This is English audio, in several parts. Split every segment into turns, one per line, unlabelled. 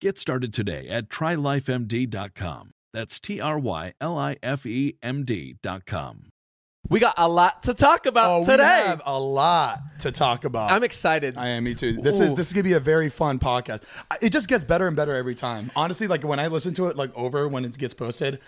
Get started today at trylifemd.com. That's T R Y L I F E M D.com.
We got a lot to talk about
oh,
today.
we have a lot to talk about.
I'm excited.
I am me too. This is
Ooh.
this is gonna be a very fun podcast. I- It just gets better and better every time. Honestly, like when I listen to it like over when it gets posted,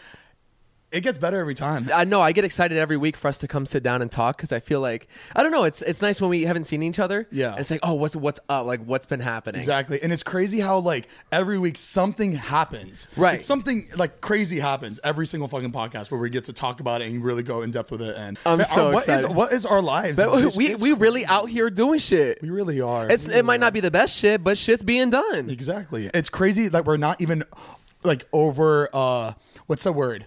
it gets better every time.
I know I get excited every week for us to come sit down and talk because I feel like I don't know. It's it's nice when we haven't seen each other.
Yeah.
And it's like oh what's what's up like what's been happening.
Exactly. And it's crazy how like every week something happens.
Right.
Like, something like crazy happens every single fucking podcast where we get to talk about it and really go in depth with it. And
I'm
Man,
so
our, what is-
excited.
what is our lives?
But
It's-
we
it's
we really
crazy.
out here doing shit.
we really are.
It's
We
it might
really
not be the best shit, but shit's being done.
Exactly. It's crazy that we're not even like over uh what's the word?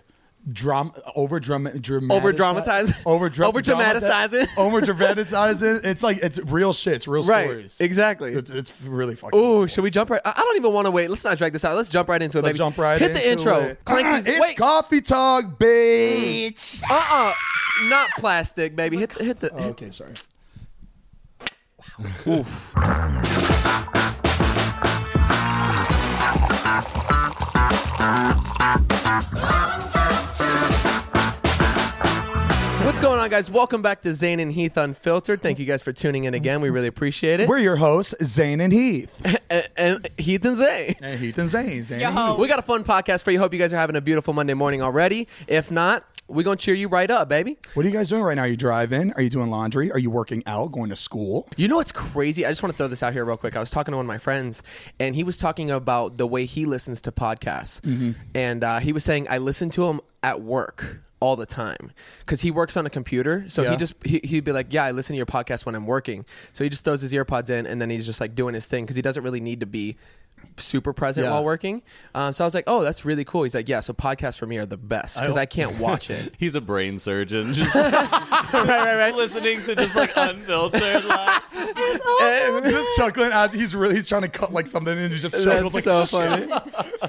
Dram over drum dramatiz-
Over dramatizing.
over dra-
Over dramatizing.
over dramatizing. It's like it's real shit. It's real
Right.
stories.
Exactly.
It's, it's really fucking.
Oh, should we jump right? I I don't even want to wait. Let's not drag this out. Let's jump right into it.
Let's
baby.
jump right
Hit the
into
intro.
it. Ah,
Clank these-
it's
wait.
coffee talk, bitch.
uh uh Not plastic, baby. Hit the, hit the.
Oh, Okay, sorry.
Oof. What's going on, guys? Welcome back to Zane and Heath Unfiltered. Thank you guys for tuning in again. We really appreciate it.
We're your hosts, Zane and Heath.
and, and Heath and Zane.
and Heath and Zane. Zane and Heath.
We got a fun podcast for you. Hope you guys are having a beautiful Monday morning already. If not, we're going to cheer you right up, baby.
What are you guys doing right now? Are you driving? Are you doing laundry? Are you working out? Going to school?
You know what's crazy? I just want to throw this out here real quick. I was talking to one of my friends, and he was talking about the way he listens to podcasts,
Mm-hmm.
and uh, he was saying I listen to him at work all the time because he works on a computer. So
Yeah.
he just he, he'd be like, "Yeah, I listen to your podcast when I'm working." So he just throws his earpods in, and then he's just like doing his thing because he doesn't really need to be super present
Yeah.
while working. Um, so I was like, "Oh, that's really cool." He's like, "Yeah, so podcasts for me are the best because I can't watch it."
He's a brain surgeon. Just
right, right, right.
listening to just like unfiltered. Like,
just chuckling as he's really he's trying to cut like something and he just chuckles
That's
like
so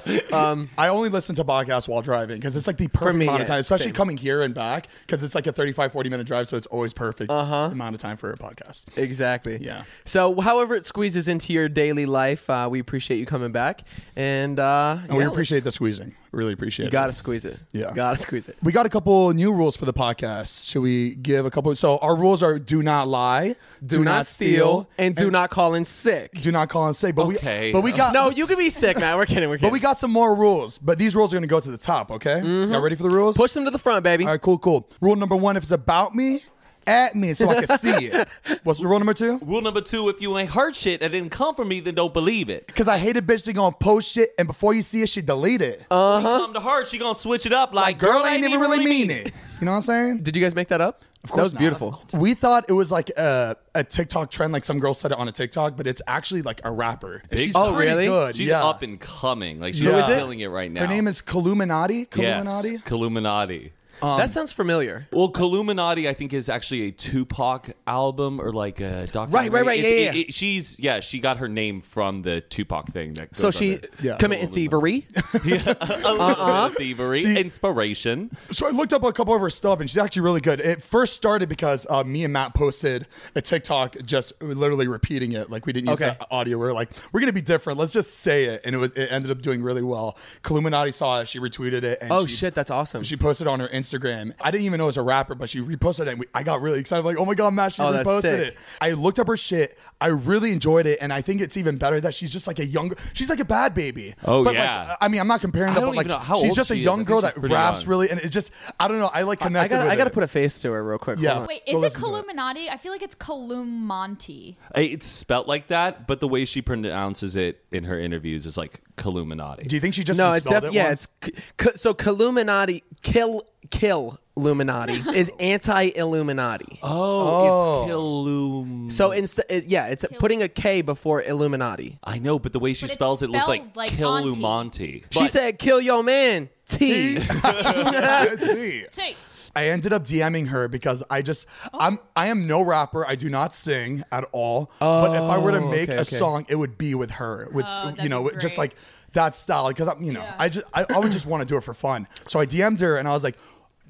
"Shit."
funny.
I only listen to podcasts while driving because it's like the perfect
me,
amount
yeah,
of time, especially
same.
coming here and back because it's like a 35, 40 minute drive. So it's always perfect
Uh-huh.
amount of time for a podcast.
Exactly.
Yeah.
So, however it squeezes into your daily life, uh, we appreciate you coming back, and uh,
And we appreciate the squeezing. Really appreciate
You
it.
gotta squeeze it.
Yeah.
Gotta squeeze it.
We got a couple new rules for the podcast. Should we give a couple? So our rules are: do not lie,
Do, not, steal, and do not call in sick.
do not call and say. But
Okay.
we, but we got
no, you can be sick, man. We're kidding. We're kidding.
but we got some more rules. But these rules are going to go to the top. Okay,
Mm-hmm.
y'all ready for the rules?
push them to the front, baby.
All right, cool, cool. Rule number one: if it's about me, at me so I can see it. What's the rule number two?
Rule number two: If you ain't heard shit that didn't come from me, then don't believe it.
Because I hate a bitch that gonna post shit and before you see it, she delete it.
When you come to her, she gonna switch it up. Like,
Uh, Girl, I ain't even really mean it. You know what I'm saying?
Did you guys make that up? Of that was
not.
beautiful.
We thought it was like a, a TikTok trend, like some girl said it on a TikTok, but it's actually like a rapper. And She's
Oh,
pretty
really?
Good.
She's
yeah.
up and coming. Like she's
Who is it?
killing it right now.
Her name is Kaluminati.
yes,
Kaluminati.
Illuminati.
Um,
that sounds familiar.
Well, Illuminati, I think, is actually a Tupac album or like a documentary.
right, right,
It's-
yeah,
it-
yeah.
it- she's yeah, she got her name from the Tupac thing. That goes
So
on
she
there.
Yeah. Uh-huh.
committed thievery.
a little bit of thievery,
See-
inspiration.
So I looked up a couple of her stuff, and she's actually really good. It first started because uh, me and Matt posted a TikTok, just literally repeating it. Like we didn't use
Okay.
the audio. We were like, we're gonna be different. Let's just say it, and it was. It ended up doing really well. Kaluminati saw it. She retweeted it. And
Oh
she,
shit, that's awesome.
She posted on her Instagram. I didn't even know it was a rapper, but she reposted it. And we, I got really excited. Like, oh my god, Matt, she
Oh, that's
reposted
sick.
it. I looked up her shit. I really enjoyed it, and I think it's even better that she's just like a younger. She's like a bad baby.
Oh,
but
yeah.
Like, I mean, I'm not comparing
I
that,
don't
but like
even know how
she's
old
just a
she is. I
young
think
girl
she's
that
pretty
raps
young.
really, and it's just I don't know. I like
I
connected.
gotta,
with
I gotta
it.
put a face to it real quick.
Yeah.
Hold on.
Wait,
Go
is it
listen to it.
Columinati? I feel like it's Columanti.
I- It's spelt like that, but the way she pronounces it in her interviews is like Kaluminati.
Do you think she just
no, it's
misspelled
def-
it
yeah,
once?
it's c- c- so Illuminati kill kill Illuminati is anti Illuminati.
oh, it's Kalum.
So instead, yeah, it's putting a K before Illuminati.
I know, but the way she
But it's
spells it looks like,
spelled like
Kalumanti.
she
But-
said, "Kill your man." T.
Let's see.
Take.
I ended up DMing her because I just I'm I am no rapper. I do not sing at all. but if I were to make
Oh, okay,
a
okay.
song, it would be with her. With you
Oh, that'd
know,
be
with just
great.
like that style. Because I'm you know, I just I always just want to do it for fun. So I DM'd her and I was like.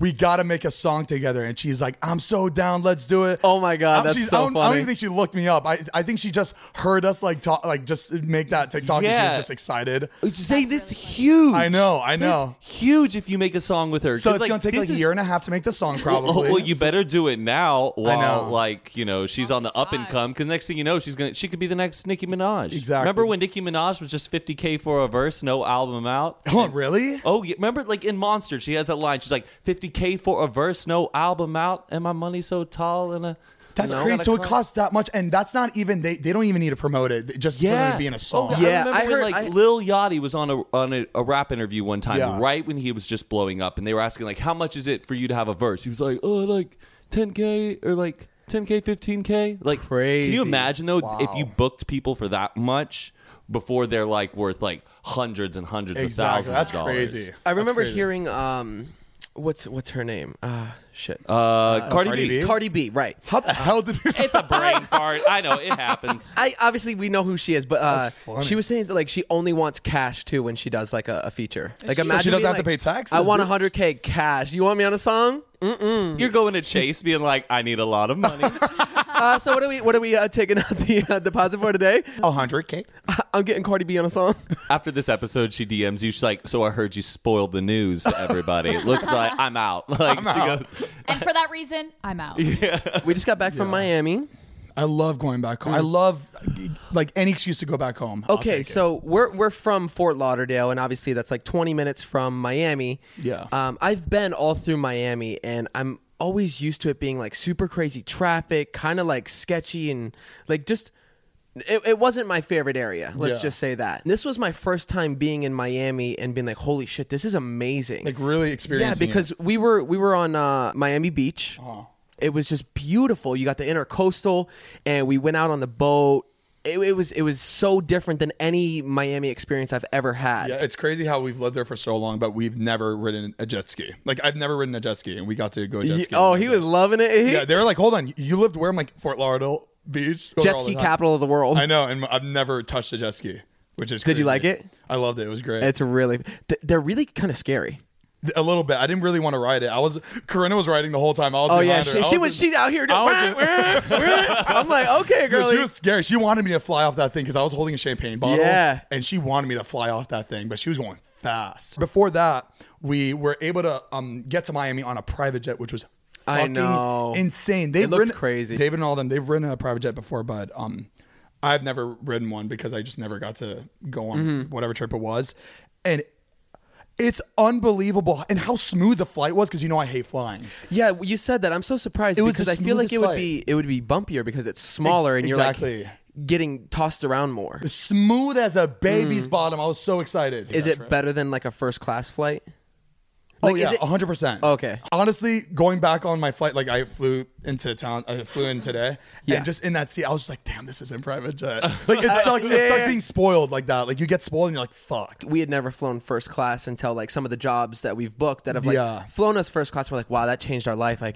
We gotta make a song together, and she's like, "I'm so down, let's do it."
Oh my God,
I'm-
that's
she's-
so
I don't, I don't
funny.
even think she looked me up. I, I think she just heard us like talk, like just make that TikTok, and she was
Yeah.
just excited.
Zay, this huge.
I know, I know.
That's huge if you make a song with her.
So
'Cause,
it's gonna take
this
like a
is- Oh,
year and a half to make the song,
Oh,
Well,
probably.
well, you better do it now while,
know.
like, you know, she's on the up and come. Because next thing you know, she's gonna she could be the next Nicki Minaj.
Exactly.
Remember when Nicki Minaj was just 50k for a verse, no album out?
Oh, really?
Oh, yeah. remember like in Monster, she has that line. She's like, "50k for a verse, no album out, and my money so tall." And a
That's
No.
crazy.
Got a
So it
car.
costs that much, and that's not even they. They don't even need to promote it. Just for them to be in a song.
Oh,
Yeah,
I, remember
I
when,
heard-
like
I-
Lil Yachty was on a on a, a rap interview one time,
Yeah.
right when he was just blowing up, and they were asking like, "How much is it for you to have a verse?" He was like, "Oh, like 10k or like 10k, 15k." Like, can
Crazy.
you imagine though if you booked people for that much before they're like worth like hundreds and hundreds of
exactly.
thousands
That's
of dollars?
crazy.
I remember hearing um, what's what's her name? Ah, shit.
Uh, Cardi,
Cardi
B.
B?
Cardi B, right?
How the hell did you?
It's a brain fart. I know it happens.
I obviously we know who she is, but uh,
funny.
she was saying that, like she only wants cash too when she does like a, a feature. Like
she- So
imagine
she doesn't
being
have to
like,
pay taxes,
I want
bitch.
100k cash. You want me on a song?
You're going to Chase being like, "I need a lot of money."
Uh, so what are we what are we uh, taking out the uh, deposit for today?
hundred k.
I'm getting Cardi B on a song.
After this episode, she DMs you. She's like, "So I heard you spoiled the news to everybody. Looks like I'm out." Like she goes,
And for that reason, I'm out.
We just got back from Miami.
I love going back home. I love like any excuse to go back home. I'll
Mm. Okay,
take it.
so we're we're from Fort Lauderdale, and obviously that's like 20 minutes from Miami.
Yeah.
Um, I've been all through Miami, and I'm always used to it being like super crazy traffic, kind of like sketchy, and like just. It, it wasn't my favorite area. Let's
Yeah.
just say that. This was my first time being in Miami and being like, "Holy shit, this is amazing!"
like really
yeah,
experiencing.
because
it. Uh-huh.
we were we were on uh, Miami Beach. It was just beautiful. You got the intercoastal, and we went out on the boat. It, it was it was so different than any Miami experience I've ever had.
Yeah, it's crazy how we've lived there for so long, but we've never ridden a jet ski. Like I've never ridden a jet ski, and we got to go jet
He-
ski.
oh, he was loving it. He-
Yeah, they were like, "Hold on, you lived where?" I'm like, "Fort Lauderdale Beach." Go there
jet
all the
ski
time."
capital of the world.
I know, and I've never touched a jet ski, which is.
Oh. Did you
crazy.
like it?
I loved it. It was great.
It's really th- they're really kind of scary.
a little bit. I didn't really want to ride it. I was Corinna was riding the whole time. I was.
Oh
behind
yeah,
her. I
she, she
was
was. She's out here. Doing,
I
I'm like, okay,
Dude,
girl.
she was scared. She wanted me to fly off that thing because I was holding a champagne bottle.
Yeah.
And she wanted me to fly off that thing, but she was going fast. Before that, we were able to um, get to Miami on a private jet, which was
I
fucking
know.
insane. They've
looked
ridden-
crazy.
David and all them, they've ridden a private jet before, but um, I've never ridden one because I just never got to go on
Mm-hmm.
whatever trip it was. And it's unbelievable and how smooth the flight was because you know I hate flying.
Yeah, you said that. I'm so surprised
It was
because
the
I feel like
smoothest
it would
flight.
be it would be bumpier because it's smaller and you're
exactly.
like getting tossed around more.
Smooth as a baby's bottom. I was so excited.
Mm. Is it better than like a first class flight?
oh
is
yeah,
it-
hundred percent.
Okay.
Honestly, going back on my flight, like I flew into town, I flew in today,
Yeah.
and just in that seat, I was just like, "Damn, this isn't private jet." Like it sucks. It's like being spoiled like that. Like you get spoiled, and you're like, "Fuck."
We had never flown first class until like some of the jobs that we've booked that have like
Yeah.
flown us first class. We're like, wow, that changed our life. Like,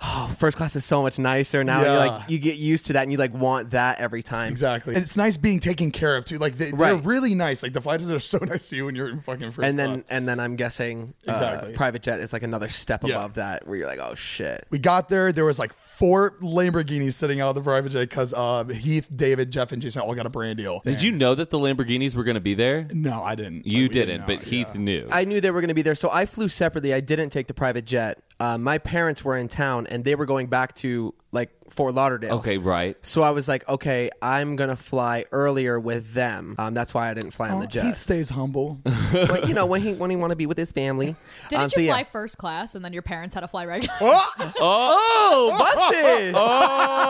oh, first class is so much nicer now.
Yeah.
You're like you get used to that and you like want that every time.
Exactly. And it's nice being taken care of too. Like they, they're
Right.
really nice. Like the flight attendants are so nice to you when you're in fucking first
And then
class.
and then I'm guessing uh,
Exactly.
private jet is like another step
Yeah.
above that where you're like, oh shit.
we got there. There was like four Lamborghinis sitting out of the private jet because uh, Heath, David, Jeff, and Jason all got a brand deal.
Did you know that the Lamborghinis were going to be there?
No, I didn't.
You
Like, we
didn't,
know.
but Heath knew.
I knew they were going to be there, so I flew separately. I didn't take the private jet. Uh, my parents were in town, and they were going back to like Fort Lauderdale.
okay, right.
So I was like, okay, I'm gonna fly earlier with them. Um, that's why I didn't fly on the
Oh, Heath
jet.
stays humble.
but you know, when he when he want to be with his family.
Didn't
um, so
you
yeah.
fly first class and then your parents had to fly regular?
Oh, busted!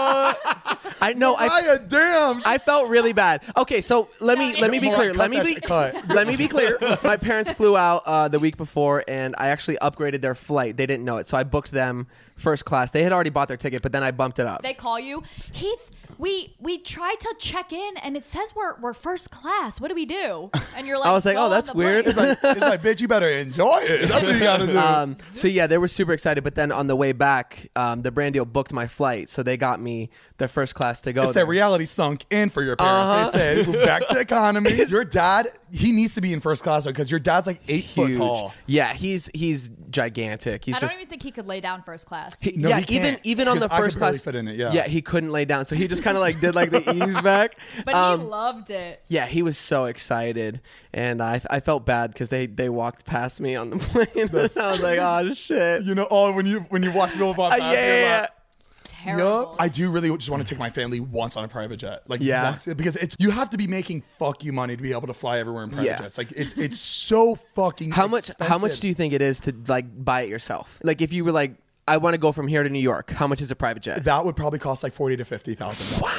I know. I
Ryan, damn.
I felt really bad. Okay, so let me let me be
Come on,
clear.
cut
Let me
that
be
shit, cut.
let me be clear. My parents flew out uh, the week before, and I actually upgraded their flight. They didn't know it, so I booked them first class. They had already bought their ticket, but then I bumped it up.
they call you, Heath. We we tried to check in and it says we're we're first class. What do we do? And you're like,
was like,
"Go
oh,
on
that's
the
weird."
plane."
it's like, bitch, you better enjoy it. That's what you gotta do.
um, so yeah, they were super excited, but then on the way back, um, the brand deal booked my flight, so they got me the first class to go.
it's
there.
that reality sunk in for your parents.
Uh-huh.
They said, back to economy. Your dad, he needs to be in first class because your dad's like eight foot tall.
Yeah, he's he's gigantic. He's
I don't
just
even think he could lay down first class.
he-
No,
yeah,
he can't,
even even on the
because I could
first
barely
class
fit in it, yeah.
he couldn't lay down, so he just kind of like did like the ease back.
but
Um,
he loved it.
yeah, he was so excited, and I, I felt bad because they, they walked past me on the plane. and I was like, oh shit.
You know, oh, when you when you watch Bill Bob,
Uh, yeah, yeah,
Terrible.
I do really just want to take my family once on a private jet, like
Yeah.
once, because it's you have to be making fuck you money to be able to fly everywhere in private
Yeah.
jets. Like it's it's so fucking.
How much how much
expensive.
do you think it is to like buy it yourself? Like if you were like, I want to go from here to New York. How much is a private jet?
that would probably cost like forty to fifty thousand dollars?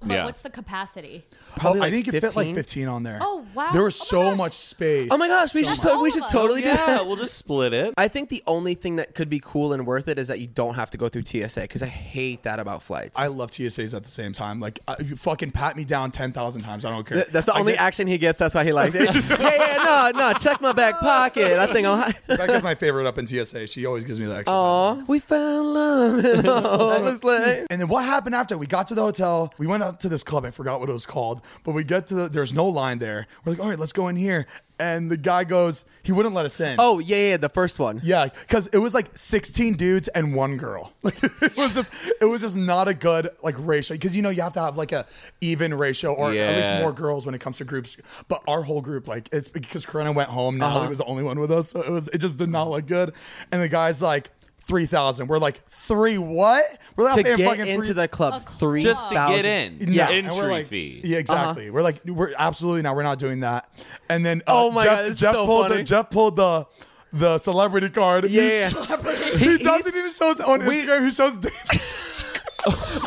but
Yeah.
what's the capacity?
Probably
I
like
think it fit like
15?
fifteen on there.
Oh, wow.
There
Oh my
was so
gosh.
much space.
oh my gosh, we
So
should
much.
so, we should
all of us.
totally do that.
Yeah, we'll just split it.
I think the only thing that could be cool and worth it is that you don't have to go through TSA because I hate that about flights.
I love TSAs at the same time. Like, I, you fucking pat me down ten thousand times. I don't care.
Th- That's the
I
only
get-
action he gets. That's why he likes it. yeah, yeah, no, no. Check my back pocket. I think I'm.
Becca's my favorite up in TSA. She always gives me the extra.
Aw, we fell in love. And all it looks like.
And then what happened after? We got to the hotel. We went out to this club. I forgot what it was called. But we get to the, there's no line there. We're like, all right, let's go in here. And the guy goes, he wouldn't let us in.
Oh yeah, yeah, the first one.
Yeah, because it was like 16 dudes and one girl. Like it was just, it was just not a good like ratio. Because you know you have to have like a even ratio or at least
Yeah.
more girls when it comes to groups. But our whole group, like it's because Corinna went home. Now
Uh-huh.
was the only one with us, so it was it just did not look good. And the guys like. Three thousand. We're like three. What? We're not
To
paying
get
fucking
into
three-
the club,
Just to
three
Just to get
thousand-
in.
yeah, and
Entry
we're like,
fee.
Yeah, exactly. We're like, we're absolutely not. We're not doing that. And then, uh,
Uh-huh. Oh my
Jeff,
God, it's
Jeff
so
pulled the
funny.
Jeff pulled the the celebrity card.
Yeah,
he,
yeah.
he,
He-
doesn't even show us on
we-
Instagram. He shows.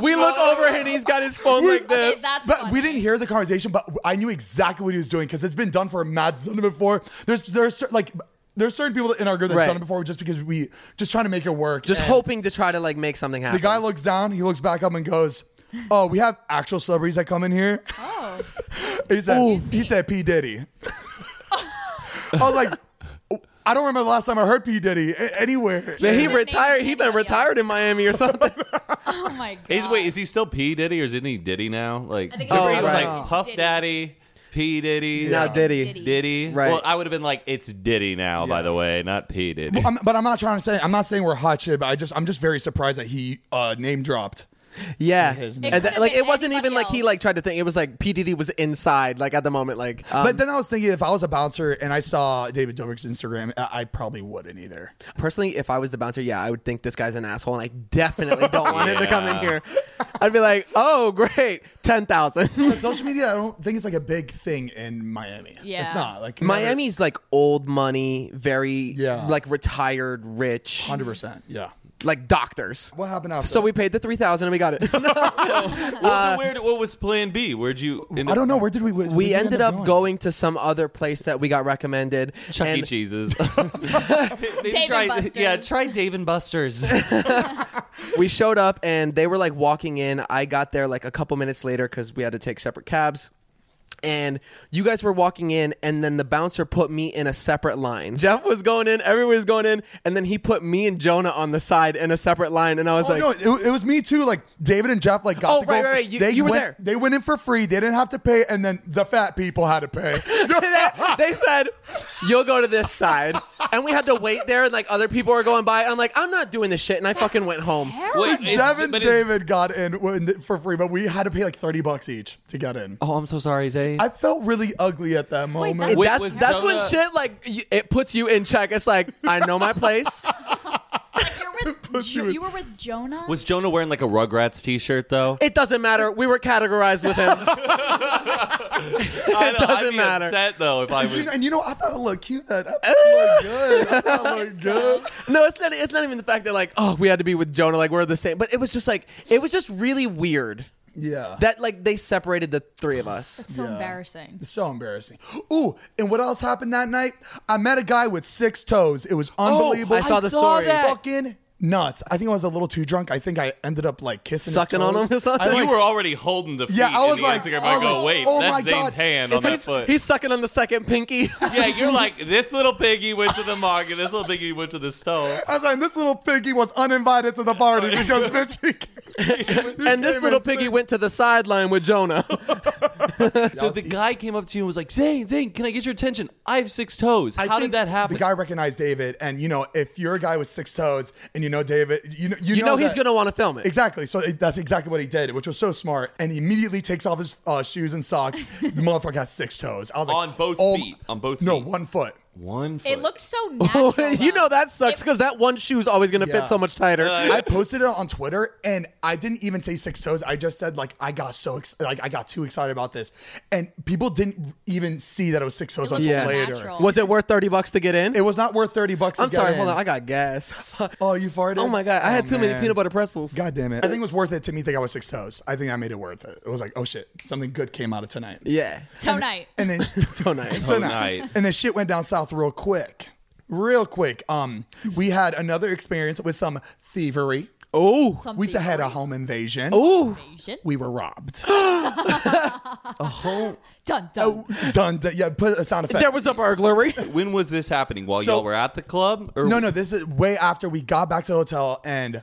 We look over and he's got his phone like
Okay,
this.
that's
but
funny.
we didn't hear the conversation. But I knew exactly what he was doing because it's been done for Matt done it before. There's there's cer- like there's certain people in our group that's
Right.
done it before just because we just trying to make it work.
Just
And
hoping to try to like make something happen.
The guy looks down. He looks back up and goes. Oh, we have actual celebrities that come in here.
Oh,
He said, he said P. Diddy. I was like, I don't remember the last time I heard P. Diddy a- anywhere.
Man, he
Doesn't name
retired. He been
anybody
retired in Miami or something.
oh my god.
Is wait, is he still P Diddy or is he Diddy now? Like,
I think
remember
it's
he was
Diddy.
like Puff
Diddy.
Daddy, P Diddy,
Now
Yeah.
Diddy.
Diddy.
Right.
Well, I would have been like, it's Diddy now. By the way, not P Diddy.
I'm, but I'm not trying to say I'm not saying we're hot shit. But I just I'm just very surprised that he uh, name dropped.
Yeah,
His
And
name.
that-
could've
like
been
it wasn't even
anybody
like he
else.
like tried to think. It was like PDD was inside, like at the moment, like. Um,
but then I was thinking if I was a bouncer and I saw David Dobrik's Instagram, I, I probably wouldn't either.
personally, if I was the bouncer, yeah, I would think this guy's an asshole, and I definitely don't want him to come in
Yeah.
here. I'd be like, oh great, ten thousand.
But social media, I don't think it's like a big thing in Miami.
Yeah.
it's not like
Miami's like old money, very
Yeah.
like retired, rich,
Hundred percent. Yeah.
like doctors.
What happened after?
So we paid the three thousand and we got it.
Well, then where, what was Plan B? Where'd you? End
I don't know. Where did we? where did
we ended up
going?
going to some other place that we got recommended.
Chuck E.
and-
Cheese's. Maybe
Dave
try,
and Buster's.
Yeah, try Dave and Buster's.
we showed up and they were like walking in. I got there like a couple minutes later because we had to take separate cabs. and you guys were walking in and then the bouncer put me in a separate line jeff was going in everybody was going in and then he put me and jonah on the side in a separate line and i was
Oh,
like
no, it, it was me too. Like David and Jeff, like got
Oh,
to
right,
go.
right, right. You-
they
you were
went-
there.
They went in for free. They didn't have to pay, and then the fat people had to pay.
they said you'll go to this side and we had to wait there and like other people were going by i'm like i'm not doing this shit and i fucking went home
Wait, it-
Jeff and
but it's-
David got in when- for free, but we had to pay like thirty bucks each to get in.
oh i'm so sorry zay
I felt really ugly at that moment.
that's-
Wait,
that's
was
that's when
Jonah-
shit like y- it puts you in check it's like i know my place
Like you're with
you
you,
in-
you were with Jonah.
Was Jonah wearing like a Rugrats T-shirt though?
it doesn't matter we were categorized with him
I know, I'd
doesn't
be
matter.
upset though if I
You
was.
know- and you know, I thought it looked cute. That I thought it looked good. I thought it looked good.
No, it's not. It's not even the fact that like, oh, we had to be with Jonah. Like we're the same. But it was just like it was just really weird
Yeah.
that like they separated the three of us.
so embarrassing.
So embarrassing. Ooh, and what else happened that night? I met a guy with six toes. It was unbelievable.
Oh, I saw the story.
Fucking nuts. I think I was a little too drunk. I think I ended up like kissing, his
Sucking on
toes.
him or something?
I,
you
like,
were already holding the feet
Yeah, I was
in the
like-
Instagram.
I
I
was
go,
like,
wait,
oh my
that's Zane's
God.
hand on
It's
that
like-
foot.
He's sucking on the second pinky.
yeah, you're like this little piggy went to the market. This little piggy went to the stove.
I was like, this little piggy was uninvited to the party because bitch. He
and this
came
little
in
piggy
sick.
went to the sideline with Jonah.
So the guy came up to you and was like, "Zane, Zane, can I get your attention? I have six toes.
I
How did
think
that happen?"
The guy recognized David, and you know, if you're a guy with six toes, and you know David, you know, you,
You know he's
that-
gonna wanna film it.
Exactly. So it- that's exactly what he did, which was so smart. And he immediately takes off his uh, shoes and socks. the motherfucker has six toes. I was like,
On both
oh,
feet. On both
No,
feet.
one foot.
One foot.
It looked so natural.
you know
though.
that sucks because that one shoe's always gonna
Yeah.
fit so much tighter.
I posted it on Twitter, and I didn't even say six toes. I just said like I got so ex- like I got too excited about this, and people didn't even see that it was six toes
It
until
looked so
later.
natural.
was it worth thirty bucks to get in?
It was not worth thirty bucks. to
I'm
get
sorry.
in.
Hold on, I got gas.
Oh, you farted!
Oh my god, I had
Oh,
too many
man.
peanut butter pretzels.
God damn it. I think it was worth it to meet the guy with six toes. I think that made it worth it. It was like, oh shit, something good came out of tonight.
Yeah.
Toe night.
And then
So nice.
Tonight.
and then shit went down south real quick. Real quick. Um, we had another experience with some thievery.
Oh.
We had a home invasion.
Ooh.
Asian.
We were robbed.
Dun dun.
Done. done- Yeah, put a sound effect.
There was a burglary.
when was this happening? While
So-
y'all were at the club? Or
No, no, this is way after we got back to the hotel and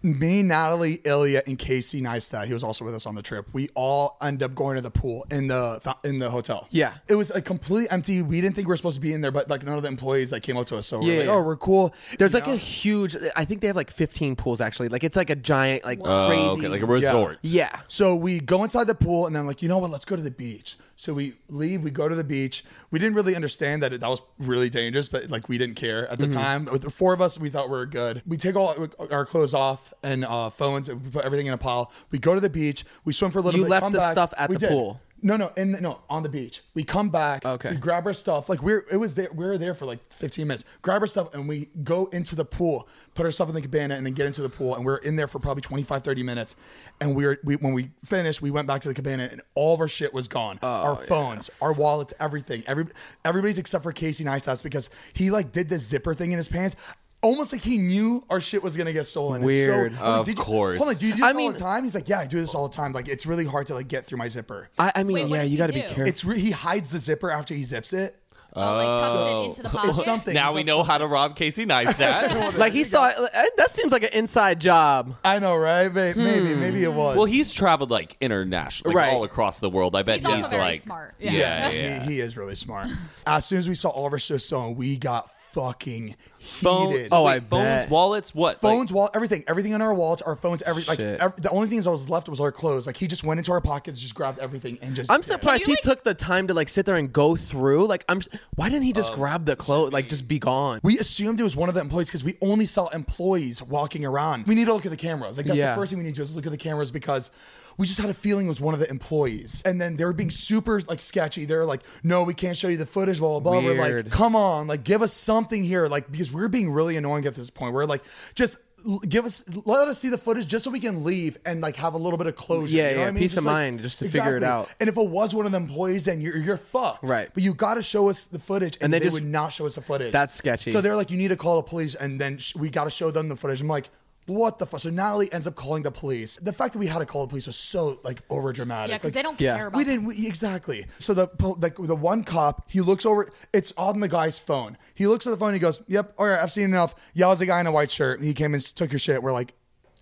me, Natalie, Ilya, and Casey Neistat, he was also with us on the trip. We all end up going to the pool in the in the hotel.
Yeah.
It was like completely empty. We didn't think we were supposed to be in there, but like none of the employees like came up to us. So we're
Yeah,
like,
yeah.
oh, we're cool.
There's
You
like
know?
a huge. I think they have like 15 pools actually. Like it's like a giant, like crazy.
Oh, okay, like a resort.
yeah.
So we go inside the pool and then like, you know what? Let's go to the beach. So we leave, we go to the beach. We didn't really understand that it, that was really dangerous, but like we didn't care at the
Mm-hmm.
time. With the four of us, we thought we were good. We take all our clothes off and uh, phones and we put everything in a pile. We go to the beach. We swim for a little
You
bit.
left
come
the
back.
stuff at
We
the pool.
No, no, in the, no, on the beach. We come back.
Okay.
We grab our stuff. Like we're it was there. We were there for like 15 minutes. Grab our stuff and we go into the pool. Put our stuff in the cabana and then get into the pool. And we're in there for probably 25, 30 minutes. And we were we when we finished, we went back to the cabana and all of our shit was gone. our phones, our wallets, everything. Every everybody's except for Casey Neistat's because he like did this zipper thing in his pants. Almost like he knew our shit was gonna get stolen. It's so-
Weird.
I was like,
Of
"Did you-
course.
Hold on, do you do this
I
all
mean-
the time? He's like, yeah, I do this all the time. Like, it's really hard to like get through my zipper.
I, I mean,
Wait, what
yeah,
does
you
he
got to be
do?
careful.
It's re- he hides the zipper after he zips it.
Oh, like tucks it into the pocket.
It's something.
Now we know how to rob Casey Neistat.
like he saw. it- eh, That seems like an inside job.
I know, right? May- Maybe, maybe it was.
well, he's traveled like international, like,
Right.
all across the world. I bet
He's
he's,
also very
like
smart.
Yeah,
Yeah.
yeah.
He, he is really smart. As soon as we saw all of our shit stolen, we got fucking
Phone-
heated.
Oh, I
phones,
bet.
wallets, what? Like,
Phones, wall, everything, everything in our wallets, our phones, every like
Shit.
ev- the only things that was left was our clothes. Like he just went into our pockets, just grabbed everything, and just
I'm
did it.
surprised
You,
he
like-
took the time to like sit there and go through. Like I'm. s- Why didn't he
Oh,
just grab the clothes? Like just be gone.
We assumed it was one of the employees because we only saw employees walking around. We need to look at the cameras. Like that's
Yeah.
the first thing we need to do is look at the cameras because we just had a feeling it was one of the employees. And then they were being super like sketchy. They're like, no, we can't show you the footage, blah, blah, blah. We're like,
Weird.
come on, like give us something here. Like, because we're being really annoying at this point. We're like, just l- give us let us see the footage just so we can leave and like have a little bit of closure.
Yeah,
you know
yeah,
what I mean?
peace of mind, just to figure it out.
And if it was one of the employees, then you're you're fucked.
Right.
But you gotta show us the footage and,
And they
they
just-
would not show us the footage.
That's sketchy.
So they're like, you need to call the police, and then sh- we got to show them the footage. I'm like, what the fuck? So Natalie ends up calling the police. The fact that we had to call the police was so like over dramatic.
Yeah, because
Like,
they don't
Yeah.
care about.
we didn't we, exactly. So the pol- like the one cop, he looks over. It's on the guy's phone. He looks at the phone. He goes, "Yep, all right, I've seen enough." Yells at the guy in a white shirt. He came and took your shit. We're like,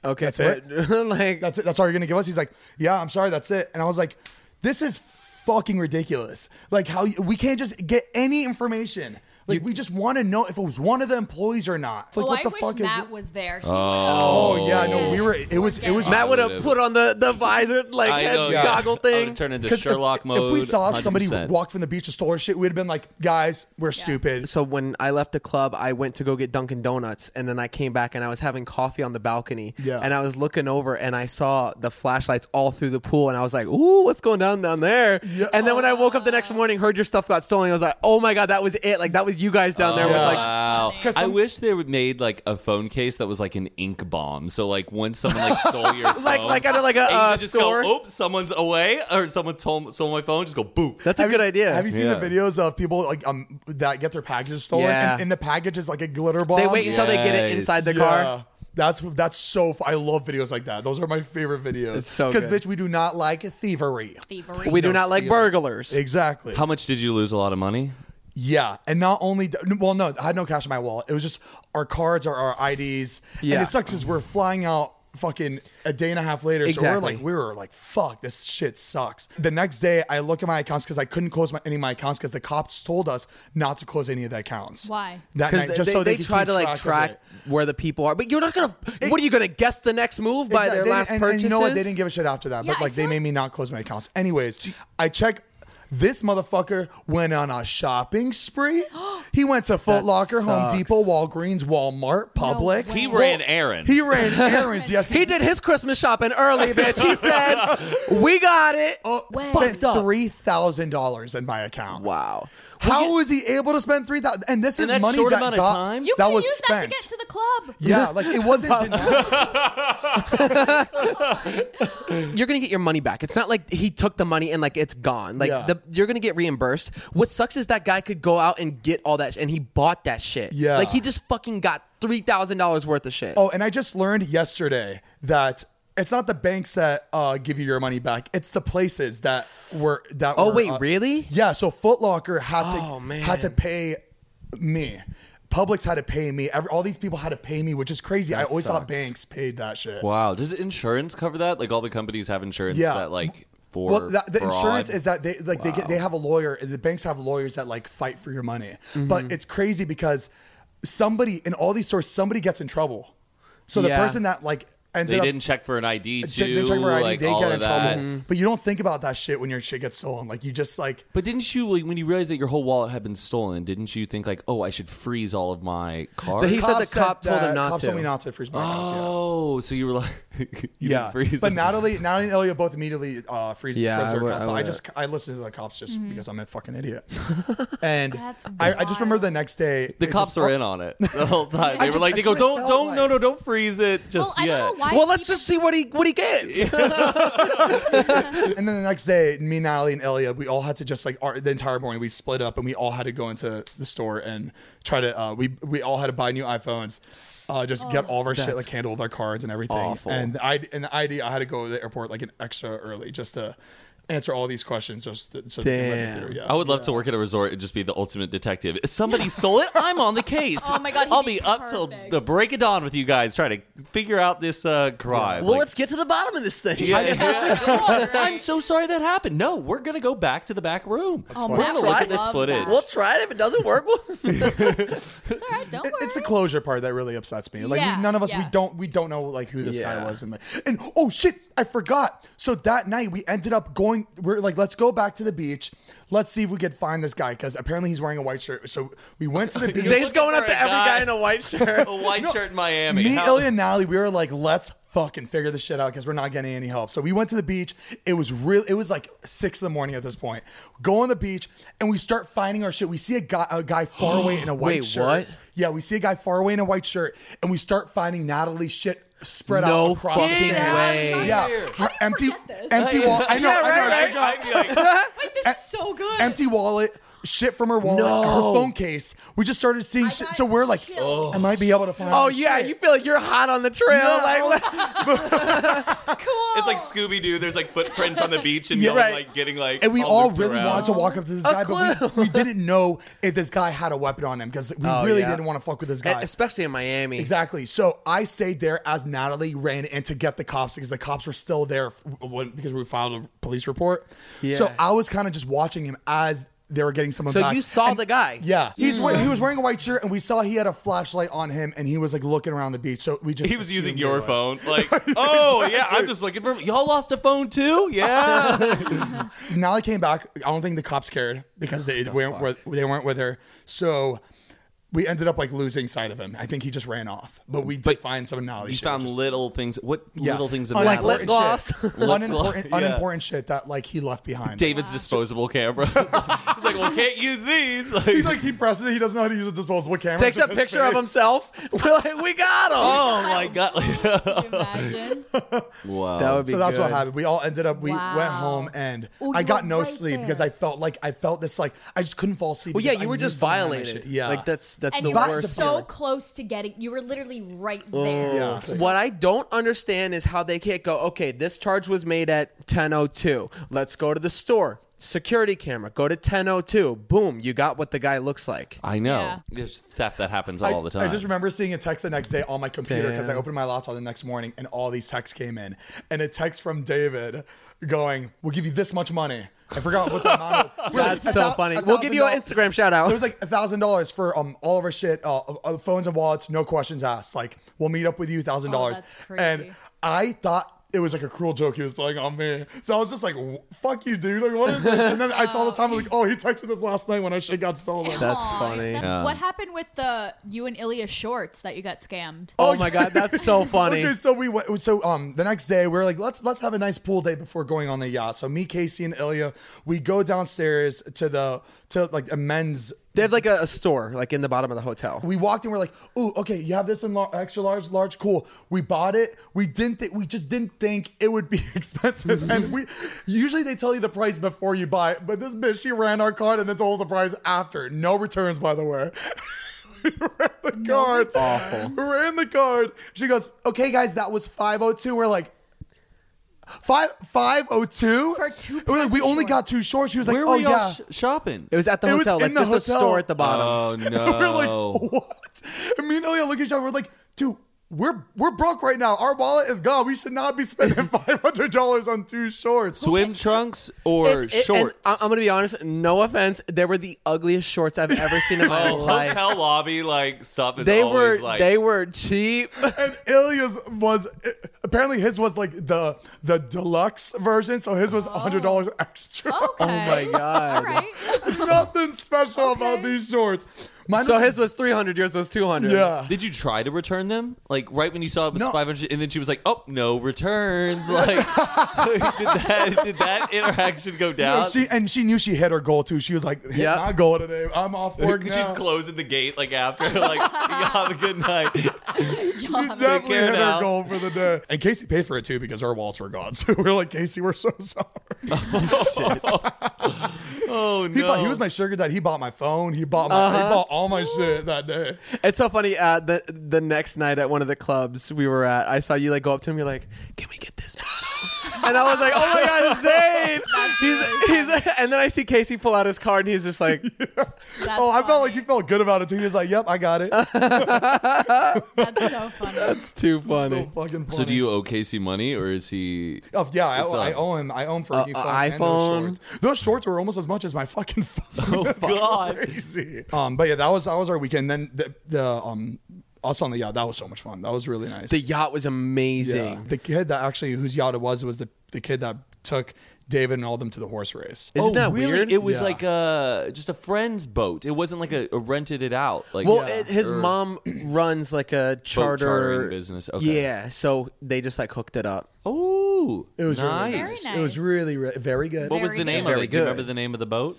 Okay,
That's
but- like
that's it. That's all you're gonna give us. He's like, yeah, I'm sorry, that's it. And I was like, this is fucking ridiculous. Like how you- we can't just get any information. Like we just want to know if it was one of the employees or not. Like
Oh,
what
I
the
wish
fuck
Matt
is?
was there. He
oh yeah, no, we were. It was. It was.
Forget
Matt would have
Would've-
put on the the visor like
I
head
know, yeah.
goggle
I
thing.
would've turned into
'Cause if-
Sherlock
if,
mode.
we saw somebody
100%.
walk from the beach and stole our shit, we'd have been like, guys, we're stupid.
So when I left the club, I went to go get Dunkin' Donuts, and then I came back and I was having coffee on the balcony.
Yeah.
And I was looking over and I saw the flashlights all through the pool, and I was like, "Ooh, what's going down down there?" And then when I woke up the next morning, heard your stuff got stolen, I was like, "Oh my god, that was it! Like that was you guys down
Oh.
there." With,
Yeah.
like,
Wow.
'Cause
I
some-
wish they would made like a phone case that was like an ink bomb. So like when someone like stole your phone,
Like- like at a- like a,
and you
uh,
could just
store?
Go, Oops, someone's away, or someone told, stole my phone. Just go boop.
that's a
Have
good
you-
idea.
Have you seen
Yeah.
the videos of people like um that get their packages stolen
Yeah.
and, and the package is like a glitter bomb?
they wait until they get it
Yes.
inside the
Yeah.
car.
That's that's so. f- I love videos like that. Those are my favorite videos.
It's so
because
good.
bitch, we do not like thievery.
Thievery.
We do
No
not like
stealing.
burglars.
Exactly.
How much did you lose? A lot of money.
yeah, and not only d- well, no, I had no cash in my wallet. It was just our cards or our IDs. And
Yeah.
it sucks because we're flying out fucking a day and a half later. So we're
Exactly.
like, we were like, fuck, this shit sucks. The next day, I look at my accounts because I couldn't close my, any of my accounts because the cops told us not to close any of the accounts.
Why?
That
Because
night,
they,
just so
they,
they,
they
could
try
keep
to like
track of
track
it.
where the people are, but you're not gonna. what are you gonna guess the next move by
Exactly.
their
They
last
didn't- and,
purchases?
and you know what? They didn't give a shit after that.
Yeah,
but
I
like they
feel
made
like-
me not close my accounts. Anyways, I check. This motherfucker went on a shopping spree. he went to Foot
That
Locker,
sucks.
Home Depot, Walgreens, Walmart, Publix.
He
Well,
ran errands.
He ran errands. Yes,
He did his Christmas shopping early, bitch. He said, "We got it."
Oh, Spent three thousand dollars in my account.
Wow.
How was he able to spend three thousand? And this
In
is
that
money
short
that
amount of
got
time?
You
that
could
was
use
spent.
that to get to the club.
yeah, like it wasn't. denied.
You're gonna get your money back. It's not like he took the money and like it's gone. Like
Yeah.
the, you're gonna get reimbursed. What sucks is that guy could go out and get all that, sh- and he bought that shit.
Yeah.
Like he just fucking got three thousand dollars worth of shit.
Oh, and I just learned yesterday that it's not the banks that uh, give you your money back; it's the places that were that.
Oh,
were,
wait,
uh,
really?
Yeah. So Foot Locker had to
Oh, man.
had to pay me. Publix had to pay me. Every, all these people had to pay me, which is crazy. I always thought banks paid that shit.
Wow. Does insurance cover that? Like all the companies have insurance
Yeah.
that like for
Well, that, the
fraud?
insurance is that they like they get they have a lawyer. The banks have lawyers that like fight for your money,
Mm-hmm.
but it's crazy because somebody in all these stores, somebody gets in trouble. So the
Yeah.
person that like ended
They
up,
didn't check for an ID too.
Check- check for ID,
like,
they
all
get
of
in
that.
trouble. Mm-hmm.
Mm-hmm.
But you don't think about that shit when your shit gets stolen. Like you just like
But didn't you, like, when you realized that your whole wallet had been stolen, didn't you think like, oh, I should freeze all of my cards?
But he said
Cops
the cop told
that-
him not
cops
to.
told me not to freeze my house.
oh, so you were like, you
Yeah,
didn't freeze
but
them.
Natalie, Natalie and Ilya both immediately uh, freeze,
Yeah,
froze
I
their
would-
accounts.
I
But I,
would-
just I listened to the cops just because I'm a fucking idiot. and
Mm-hmm. That's
I, I just remember
wild.
the next day
The
it
cops
just-
were in on it the whole time. They
just-
were like, they
that's
go,
what it felt
don't, don't, no,
like."
no, don't freeze it.
Well,
Just
I
yet.
don't know why.
well, let's
people-
just see what he what he gets.
And then the next day, me, Natalie, and Elia, we all had to just like our, the entire morning we split up and we all had to go into the store and try to. Uh, we we all had to buy new iPhones, uh, just get all of our shit like handle with our cards and everything.
awful.
And the ID, and the ID, I had to go to the airport like an extra early just to answer all these questions. Just to, so they let me
Damn.
through. Yeah.
I would love to work at a resort and just be the ultimate detective. If somebody stole it, I'm on the case.
Oh my God, he'd
I'll
be
be, up till
perfect.
the break of dawn with you guys trying to figure out this uh, crime.
well,
Like,
let's get to the bottom of this thing.
yeah, yeah.
Right.
I'm so sorry that happened. No, we're gonna go back to the back room.
Oh,
we're
Matt
gonna
would
look at this
love
footage.
that.
We'll try it. If it doesn't work, we'll.
It's all right. Don't
It-
worry.
It's the closure part that really upsets me. Like
Yeah,
we, none of us, we
yeah.
don't, we don't know like who this guy
Yeah.
was, and like, and oh shit, I forgot. So that night we ended up going. We're like, let's go back to the beach. Let's see if we could find this guy because apparently he's wearing a white shirt. So we went to the beach.
Zane's going up
for
to
a
every
guy.
guy in a white shirt.
A white shirt in Miami.
Me,
How-
Ilya, and Natalie, we were like, let's fucking figure this shit out because we're not getting any help. So we went to the beach. It was real. It was like six in the morning at this point. Go on the beach and we start finding our shit. We see a guy, a guy far away in a white
Wait,
shirt.
what?
Yeah, we see a guy far away in a white shirt, and we start finding Natalie's shit spread
No
out across
fucking
the
way.
Yeah, her empty,
forget this?
empty wall. I know,
Yeah,
I know,
right,
I know.
right.
I'd be like,
Wait, this this is so good.
Empty wallet, shit from her wallet,
No.
her phone case. We just started seeing shit. So we're like, I might be able to find.
Oh
this
yeah,
shit.
you feel like you're hot on the trail. Like,
cool.
It's like Scooby Doo. There's like footprints on the beach, and
Yeah.
you
Right.
like getting like.
and we all
looped
really
around.
wanted to walk up to this guy,
clue.
but we, we didn't know if this guy had a weapon on him because we
Oh,
really
yeah.
didn't want to fuck with this guy.
and especially in Miami.
Exactly. So I stayed there as Natalie ran in to get the cops because the cops were still there f- when, because we filed a police report. So
Yeah.
I was kind of just watching him as they were getting someone
So
back.
you saw the guy.
yeah, he's wearing, he was wearing a white shirt, and we saw he had a flashlight on him, and he was like looking around the beach. So we just
He was
assumed
using
it
your
was.
phone. Like, oh yeah, I'm just looking for. Y'all lost a phone too? Yeah.
Natalie came back. I don't think the cops cared because they weren't with, they weren't with her. So we ended up like losing sight of him. I think he just ran off. But we did find some Natalie.
you
shit,
found
which is-
little things. What
yeah. Oh,
little things of
Unimportant
that?
Like lip
shit.
gloss.
unimportant,
Yeah.
unimportant shit that like he left behind.
David's disposable camera. it's like, well, can't use these.
He's like he presses it. He doesn't know how to use a disposable camera.
Takes
It's
a
just his
picture of
face.
himself. We're like, we got him.
oh my god.
Can you imagine.
wow.
That would be
So that's what
good.
happened. We all ended up. We went
Wow.
home and
Oh,
I
you
got
were
no
right
sleep
there.
because I felt like I felt this like I just couldn't fall asleep.
Well, yeah,
because
you
I
were
knew
just
someone had my
violated.
shit. Yeah,
like that's that's
and
the
you
That's
were
the
worst.
so
feeling.
close to getting. You were literally right there.
Yeah.
What I don't understand is how they can't go, okay, this charge was made at 10.02. Let's go to the store. Security camera. Go to 10.02. Boom, you got what the guy looks like.
I know.
Yeah.
There's theft that happens
I-
all the time.
I just remember seeing a text the next day on my computer because I
Damn.
opened my laptop the next morning and all these texts came in. And a text from David going, We'll give you this much money. I forgot what the amount was. We're like,
That's
"A
so
thou-
funny.
a
We'll give you an
$1,000."
Instagram shout out.
It was like a thousand dollars for um all of our shit, uh, uh, phones and wallets, no questions asked. Like we'll meet up with you, thousand dollars.
Oh, that's crazy.
And I thought it was like a cruel joke he was playing on me, so I was just like, "W- "Fuck you, dude!" Like what is this? And then I saw the time, I was like, "Oh, he texted this last night when our shit got stolen."
That's
Aw,
funny.
that- What happened with the you and Ilya shorts that you got scammed?
oh my god, that's so funny.
Okay, so we went. So um, the next day we we're like, let's let's have a nice pool day before going on the yacht. So me, Casey, and Ilya, we go downstairs to the to like a men's.
They have like a, a store, like in the bottom of the hotel.
We walked in. We're like, "Ooh, okay, you have this in lar- extra large, large, cool." We bought it. We didn't. Th- we just didn't think it would be expensive. and we usually they tell you the price before you buy it, but this bitch she ran our card and then told us the price after. No returns, by the way. we ran the card.
Awful.
We ran the card. She goes, "Okay, guys, that was 502." We're like, five five oh two
For two
We're like,
pairs
we
of
only
shorts.
got two shorts. She was like,
Where
"Oh
were y'all
yeah."
sh- shopping?
It was at the
It was
hotel, like
in the
just a
hotel.
store at the bottom.
oh
we're like,
no.
"What?" And me and Ilya look at each other. We're like, "Dude, we're we're broke right now. Our wallet is gone. We should not be spending five hundred dollars on two shorts."
Swim trunks or
It- it- and
shorts?
I- I'm gonna be honest. No offense, they were the ugliest shorts I've ever seen in my
Oh,
life.
hotel lobby like stuff is
they were
always like
they were cheap.
and Ilya's was apparently his was like the the deluxe version, so his was hundred dollars extra.
Okay. Oh
my God.
All right.
Nothing special about these shorts. Mine
so
was-
his was 300, yours was 200.
yeah.
Did you try to return them? Like right when you saw it was
No.
500 and then she was like, "Oh, no returns." Like did that did that interaction go
No,
down?
she and she knew she hit her goal too. She was like, "Hit
Yeah.
my goal today. I'm off work
She's
now."
closing the gate like after like "Y'all have a good night.
She
Take
definitely
care
hit
now.
her goal for the day. And Casey paid for it too because her wallets were gone. So we were like, Casey, we're so sorry.
Oh no.
He, bought, he was my sugar dad. He bought my phone. He bought my, he bought all my shit that day.
It's so funny. Uh, the the next night at one of the clubs we were at, I saw you like go up to him. You're like, "Can we get this?" bottle?" and I was like, "Oh my god, Zane!" he's, he's, and then I see Casey pull out his card, and he's just like,
That's
oh, I felt like
funny.
he felt good about it too. He was like, "Yep, I got it." So
That's so funny.
"It's too funny."
fucking
so
funny.
do you owe Casey money or is he
Oh, yeah, I,
It's uh,
I
a-
owe him. I owe him for
a-
a new
a
phone and those
iPhone.
shorts. Those shorts were almost as much as my fucking phone.
Oh, God.
crazy. Um, but yeah, that was that was our weekend. Then the, the um us on the yacht. That was so much fun. That was really nice.
The yacht was amazing.
Yeah. The kid that actually whose yacht it was was the the kid that took David and all of them to the horse race.
Isn't
oh,
that
really?
weird?
It was
Yeah.
like a just a friend's boat. It wasn't like a, a rented it out. Like
Well, it, his
or-
mom runs like a charter
chartering business. Okay.
Yeah, so they just like hooked it up.
Oh,
It was
nice.
really
Very
It was
nice.
really re- very good.
What was
Very
the name
good.
of
Very
it? Do you
good.
remember the name of the boat?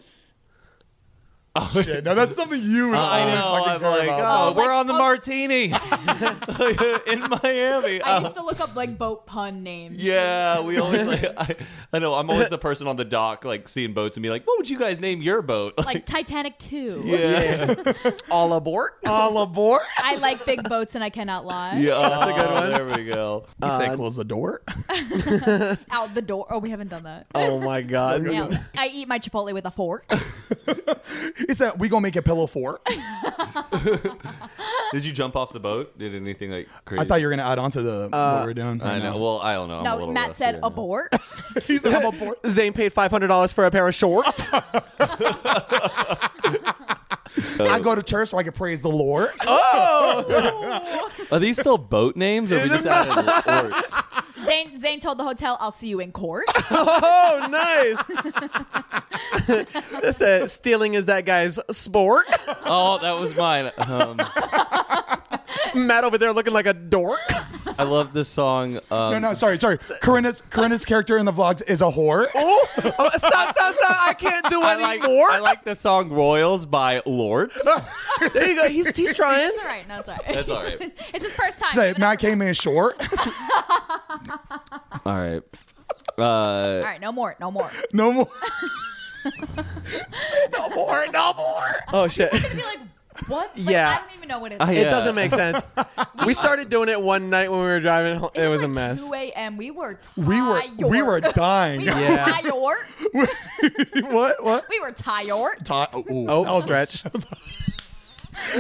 shit. Now that's something you really
I know.
fucking
I'm
care
like,
about.
oh,
Oh,
we're
like-
on the
oh.
martini in Miami.
I
Oh,
used to look up like boat pun names.
yeah, we always like. I, I know. I'm always the person on the dock, like seeing boats and be like, "What would you guys name your boat?"
Like Titanic 2.
yeah,
All aboard.
All aboard.
I like big boats and I cannot lie.
yeah. That's a good one. There we go.
Uh,
You say close the door.
Out the door. Oh, we haven't done that.
Oh my god.
Yeah. I eat my Chipotle with a fork.
Is that we gonna make a pillow for?
Did you jump off the boat? Did anything like crazy?
I thought you were gonna add on to the what we're doing.
I know. Well, I don't know. I'm a
No,
little
Matt
rusty
said
right now.
abort.
He's like, I'm aboard.
Zane paid five hundred dollars for a pair of shorts.
Uh,
I go to church so I can praise the Lord.
Are these still boat names, or we just added orts?
Zane, Zane told the hotel, I'll see you in court.
oh, nice. That's it. Stealing is that guy's sport.
Oh, that was mine. Um,
Matt over there looking like a dork.
I love this song. Um,
no, no, sorry, sorry. Corinna's Corinna's character in the vlogs is a whore.
Oh, stop, stop, stop! I can't do
I like,
anymore.
I like the song Royals by Lord.
There you go. He's he's trying.
It's all right. No, it's all right.
That's all right.
It's his first time.
Say,
Give it
Matt
up for-
came in short.
All right. Uh,
All right, no more. No more.
No more. no more. No more.
Oh shit.
I feel like, what? Like,
Yeah.
I don't even know what it is.
I-
It
Oh, Yeah.
doesn't make sense. We started doing it one night when we were driving. home. It, was
like
a mess.
2 a.m. We were tired.
We were we were dying.
We were
Yeah.
tired.
what? What?
We were
Uh,
tired.
Ti- oh, ooh,
Oh,
that was-
stretch.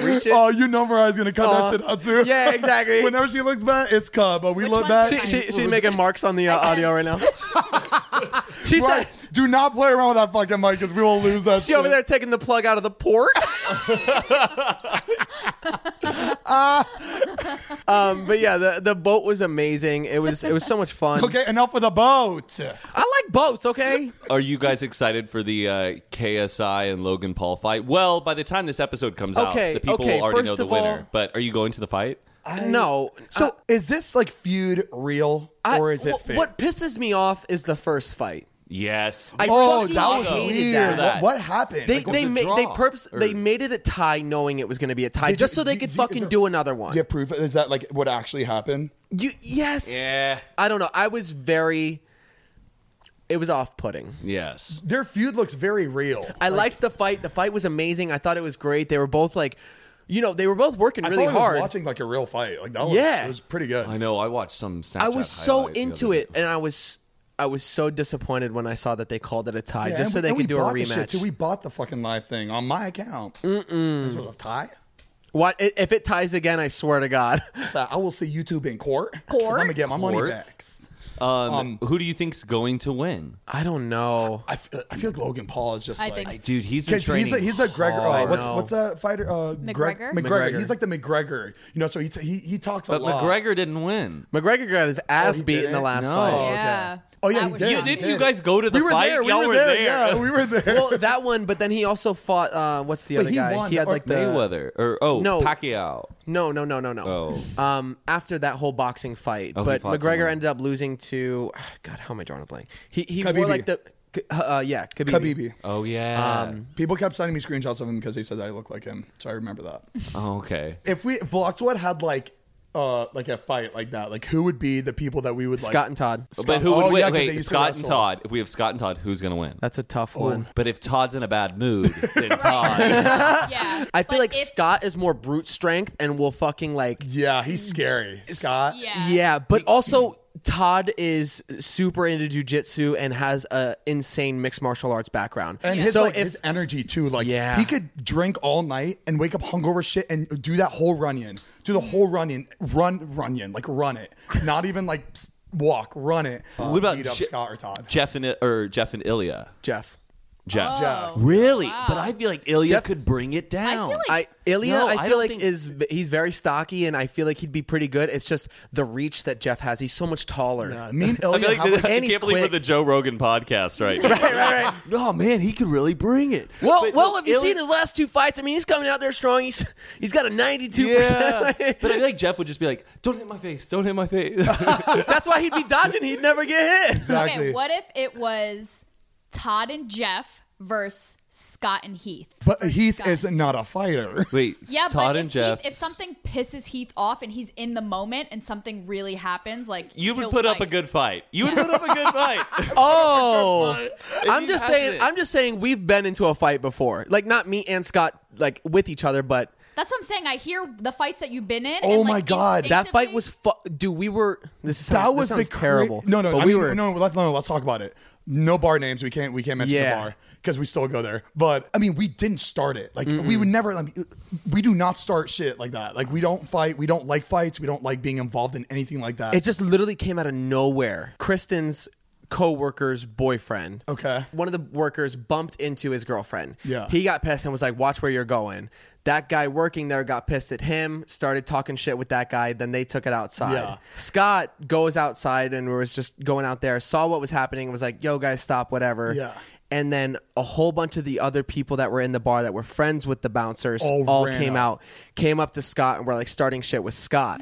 Reach it.
Oh, you know Mariah's gonna cut
Aw.
that shit out too.
Oh. Yeah, exactly.
Whenever she looks back, it's cut. But we
Which
look back.
one's
she, she, she's making marks on the uh, audio right now. she
right.
said,
Do not play around with that fucking mic, cause we will lose that.
"She
shit.
over there taking the plug out of the port." Uh, um, but yeah, the, the boat was amazing. It was it was so much fun.
Okay, enough with the boat.
I like boats. Okay,
are you guys excited for the uh, KSI and Logan Paul fight? Well, by the time this episode comes
Okay,
out, the people
okay,
will already know
first
the
of
winner.
all-
but are you going to the fight?
no.
So, is this like feud real
I-
or is it
wh-
fake?
What pisses me off is the first fight.
Yes.
I
oh,
fucking
that was
hated
weird.
that.
What, what happened?
They
Like,
they
was a
ma-
draw,
they purpose
or-
they made it a tie, knowing it was going to be a tie,
did
just
you-
so they
did-
could
did- is
fucking
there-
do another one.
Do you have proof? Is that like what actually happened?
You yes.
yeah.
I don't know. I was very. It was off-putting.
Yes.
Their feud looks very real.
I liked the fight. The fight was amazing. I thought it was great. They were both like, you know, they were both working really
I felt like I
hard.
was watching like a real fight. Like that was,
Yeah.
it was pretty good.
I know. I watched some Snapchat.
I was so
highlight the
into
other
it,
day.
and I was, I was so disappointed when I saw that they called it a tie,
Yeah,
just
and
so
we-
they
and we
could do a
bought the shit,
rematch.
too. We bought the fucking live thing on my account. This was a tie.
What i- if it ties again? I swear to God.
So I will see YouTube in court.
Court?
I'm gonna get my money
Court?
back.
Um, who do you think's going to win?
I don't know.
I, f- I feel like Logan Paul is just
I
like
think-
I- Dude, he's been
Because
training. Oh,
he's the, he's the Gregor. Uh,
hard.
what's
No.
what's that fighter? Uh, Greg-
McGregor?
McGregor.
McGregor.
He's like the McGregor. You know, so he t- he, he talks a
but
lot.
McGregor didn't win.
McGregor got his ass
Oh, he
beat in the
didn't?
last
No.
fight.
okay.
Yeah.
Oh yeah,
That
he
was
did.
You
fun.
he
didn't.
did.
You guys go to the
we were
fight.
There. We
Y'all
were,
were
there.
there.
Yeah, we were there.
Well, that one, but then he also fought. Uh, what's the
But
other
he
guy?
won,
he had
or-
like the
Mayweather or oh
No.
Pacquiao.
No, no, no, no, no.
Oh.
Um, after that whole boxing fight,
Oh, he
but
fought
McGregor
someone.
ended up losing to God. How am I drawing a blank? He he wore
Khabib.
like the uh, yeah Khabib.
Khabib.
Oh yeah. Um,
People kept sending me screenshots of him because they said that I look like him, so I remember that.
oh, okay.
if we Vlogswood had like uh like a fight like that, like who would be the people that we would like?
Scott and Todd.
But who would
oh,
win?
yeah, 'cause they
Wait,
used to
Scott and
wrestle.
Todd. If we have Scott and Todd, who's gonna win?
That's a tough
Oh,
one.
But if Todd's in a bad mood, then Todd.
Yeah.
I feel
But
like
if-
Scott is more brute strength and will fucking like
Yeah, he's scary. Scott.
Yeah.
yeah, but also. Todd is super into jujitsu and has a insane mixed martial arts background.
Uh,
And his,
so
like,
if
his energy too, like
Yeah.
he could drink all night and wake up hungover shit and do that whole run in, do the whole run in, run run in, like run it, not even like psst, walk, run it. Uh,
What about
beat up
Je-
Scott or Todd?
Jeff and or Jeff and Ilya.
Jeff,
Oh,
Jeff.
Jeff.
Really? But I feel like Ilya
Jeff-
could bring it down.
like-
I Ilya,
No, I
I feel
don't
like
think-
is he's very stocky, and I feel like he'd be pretty good. It's just the reach that Jeff has. He's so much taller.
Uh, me and
I
Ilya
feel like
have,
this-
like,
I
and he's
can't believe we're
quick.
the Joe Rogan podcast right now. right, right, right. No, man, he could really bring it.
Well,
But
well,
no,
have you
Ilya-
seen his last two fights? I mean, he's coming out there strong. He's he's got a ninety-two
Yeah.
percent.
but I feel like Jeff would just be like, "Don't hit my face! Don't hit my face!"
That's why he'd be dodging. He'd never get hit.
exactly.
Okay, what if it was Todd and Jeff versus Scott and Heath.
But
Versus
Heath
Scott.
is not a fighter.
Wait,
Yeah,
Todd
but if,
and Jeff.
Heath, if something pisses Heath off and he's in the moment and something really happens, like
you would
he'll
put up a
fight.
good fight. You would put up a good fight.
Oh, I'm
you
just
pass
saying.
it.
I'm just saying we've been into a fight before. Like not me and Scott, like with each other, but
That's what I'm saying. I hear the fights that you've been in.
Oh
and,
my
like,
God,
that fight
instinctively-
was fu- dude. We were. This is
That was the cra-
terrible.
No, no,
but
I
we
mean,
were.
no. Let's no. Let's talk about it. No bar names. We can't. We can't mention
Yeah.
the bar because we still go there. But I mean, we didn't start it. Like we would never. Like, we do not start shit like that. Like we don't fight. We don't like fights. We don't like being involved in anything like that.
It just literally came out of nowhere. Kristen's co-worker's boyfriend.
Okay.
One of the workers bumped into his girlfriend.
Yeah.
He got pissed and was like, "Watch where you're going." That guy working there got pissed at him, started talking shit with that guy, then they took it outside.
Yeah.
Scott goes outside and was just going out there, saw what was happening, was like, "Yo guys, stop whatever."
Yeah.
And then a whole bunch of the other people that were in the bar that were friends with the bouncers all,
All ran
came
up.
out, came up to Scott and were like starting shit with Scott.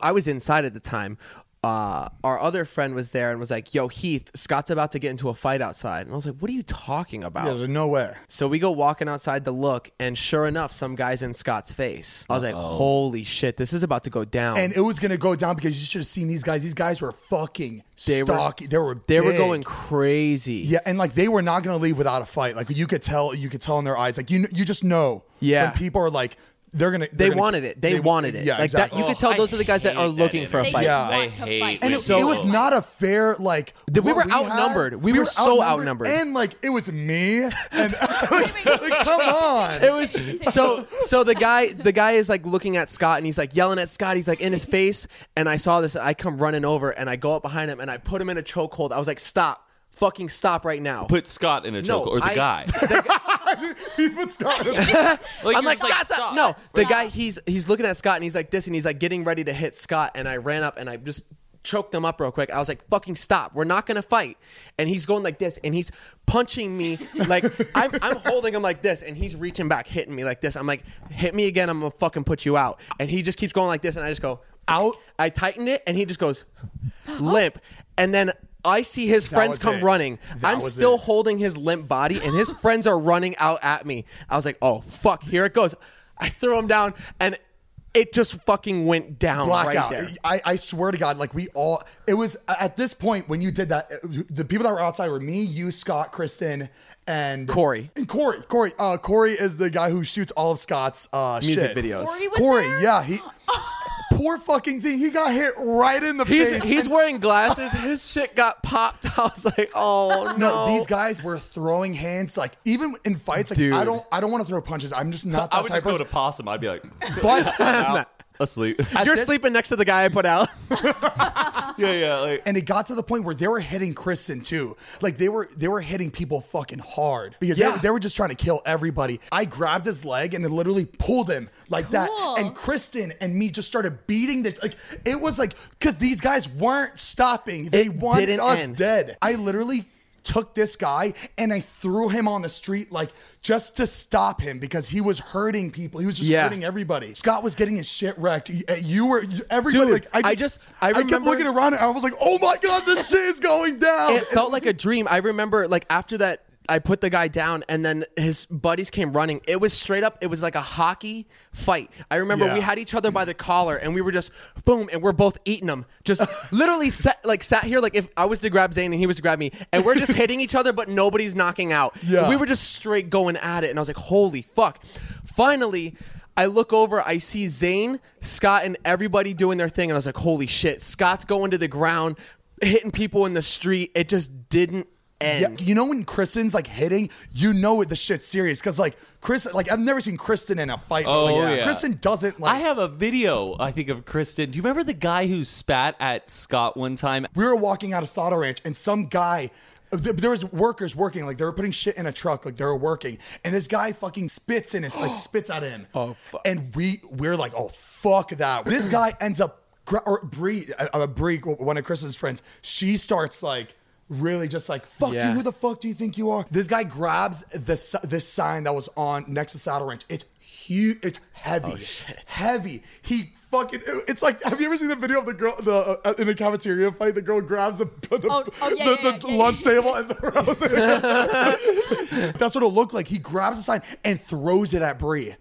I was inside at the time. Uh, our other friend was there and was like, "Yo, Heath, Scott's about to get into a fight outside." And I was like, "What are you talking about?"
yeah, there's no way.
so we go walking outside to look, and sure enough, some guy's in Scott's face. I was like, "Holy shit, this is about to go down!"
And it was gonna go down because you should have seen these guys. These guys were fucking
They were-
stocky. they were
they were
big.
going crazy.
Yeah, and like they were not going to leave without a fight. Like you could tell, you could tell in their eyes. Like you, you just know.
Yeah.
when people are like, they're gonna.
They wanted it. They, wanted it.
Yeah,
like
exactly.
that. You could
Oh,
tell those are the guys that are looking for a
They
fight.
just
Yeah.
want
I
to
hate
fight.
And it,
So-
it was not a fair like.
The- we
what
were
had-
outnumbered. We were so outnumbered.
and like it was me. And
wait, wait.
like, come on,
It was so so the guy the guy is like looking at Scott and he's like yelling at Scott he's like in his face and I saw this I come running over and I go up behind him and I put him in a chokehold I was like stop fucking stop right now
Put Scott in a
No,
choke or the
I-
guy.
people stop.
Like,
I'm
you're
like,
just
Scott, stop.
stop.
no the guy he's he's looking at Scott and he's like this and he's like getting ready to hit Scott and I ran up and I just choked him up real quick I was like fucking stop we're not gonna fight and he's going like this and he's punching me like I'm, I'm holding him like this and he's reaching back hitting me like this I'm like hit me again I'm gonna fucking put you out and he just keeps going like this and I just go
Out.
I tightened it and he just goes limp. And then I see his friends
was
come
it.
running.
That
I'm
was
still
it.
holding his limp body and his friends are running out at me. I was like, oh, fuck, here it goes. I threw him down and it just fucking went down right
blackout.
there.
I, I swear to God, like we all, it was at this point when you did that, it- the people that were outside were me, you, Scott, Kristen, and
Corey.
And Corey, Corey, uh, Corey is the guy who shoots all of Scott's uh,
Music
shit.
videos.
Corey was
Corey,
there?
yeah, he. Poor fucking thing. He got hit right in the
He's,
face.
he's wearing glasses. His shit got popped. I was like, oh no.
No, these guys were throwing hands. Like even in fights, like
Dude.
I don't, I don't want to throw punches. I'm just not that
I would
type
just
of
go to
person.
possum. I'd be like,
But
out, asleep.
You're
this-
sleeping next to the guy I put out.
yeah, yeah. Like,
and it got to the point where they were hitting Kristen too. Like they were they were hitting people fucking hard because
Yeah.
they, they were just trying to kill everybody. I grabbed his leg and it literally pulled him like that.
Cool.
And Kristen and me just started beating the like it was like because these guys weren't stopping. They
It
wanted
didn't
us
end.
dead. I literally took this guy and I threw him on the street like just to stop him because he was hurting people. He was just
Yeah.
hurting everybody. Scott was getting his shit wrecked. You- You were you- everybody
Dude,
like I
I
just I,
just- I
kept
remember-
looking around and I was like, "Oh my god, this shit is going down."
Oh, it felt like a dream. I remember like after that I put the guy down and then his buddies came running. It was straight up it was like a hockey fight. I remember
Yeah.
we had each other by the collar and we were just boom and we're both eating them. Just literally sat like sat here like if I was to grab Zane and he was to grab me and we're just hitting each other but nobody's knocking out.
Yeah.
We were just straight going at it and I was like holy fuck. Finally I look over, I see Zane, Scott, and everybody doing their thing, and I was like, holy shit, Scott's going to the ground, hitting people in the street. It just didn't
Yeah,
end.
you know when Kristen's like hitting, you know it. The shit's serious because like Chris, like I've never seen Kristen in a fight. but, like,
Oh, yeah.
Kristen doesn't like.
I have a video, I think, of Kristen. Do you remember the guy who spat at Scott one time?
we were walking out of Soda Ranch, and some guy. th- There was workers working, like they were putting shit in a truck, like they were working, and this guy fucking spits in his, like spits at him. Oh fuck! And we we're like, oh fuck that. This guy ends up, gra- or Bree, uh, uh, Bree, one of Chris's friends, she starts like really just like fuck
Yeah.
you. Who the fuck do you think you are? This guy grabs the si- this sign that was on next to Saddle Ranch. It's huge. It's heavy, heavy. He fucking. It's like, have you ever seen the video of the girl the uh, in the cafeteria fight? The girl grabs the the,
Oh, oh, yeah,
the,
yeah, yeah,
the
yeah, yeah.
lunch table and throws it. That's what it looked like. He grabs the sign and throws it at Bree,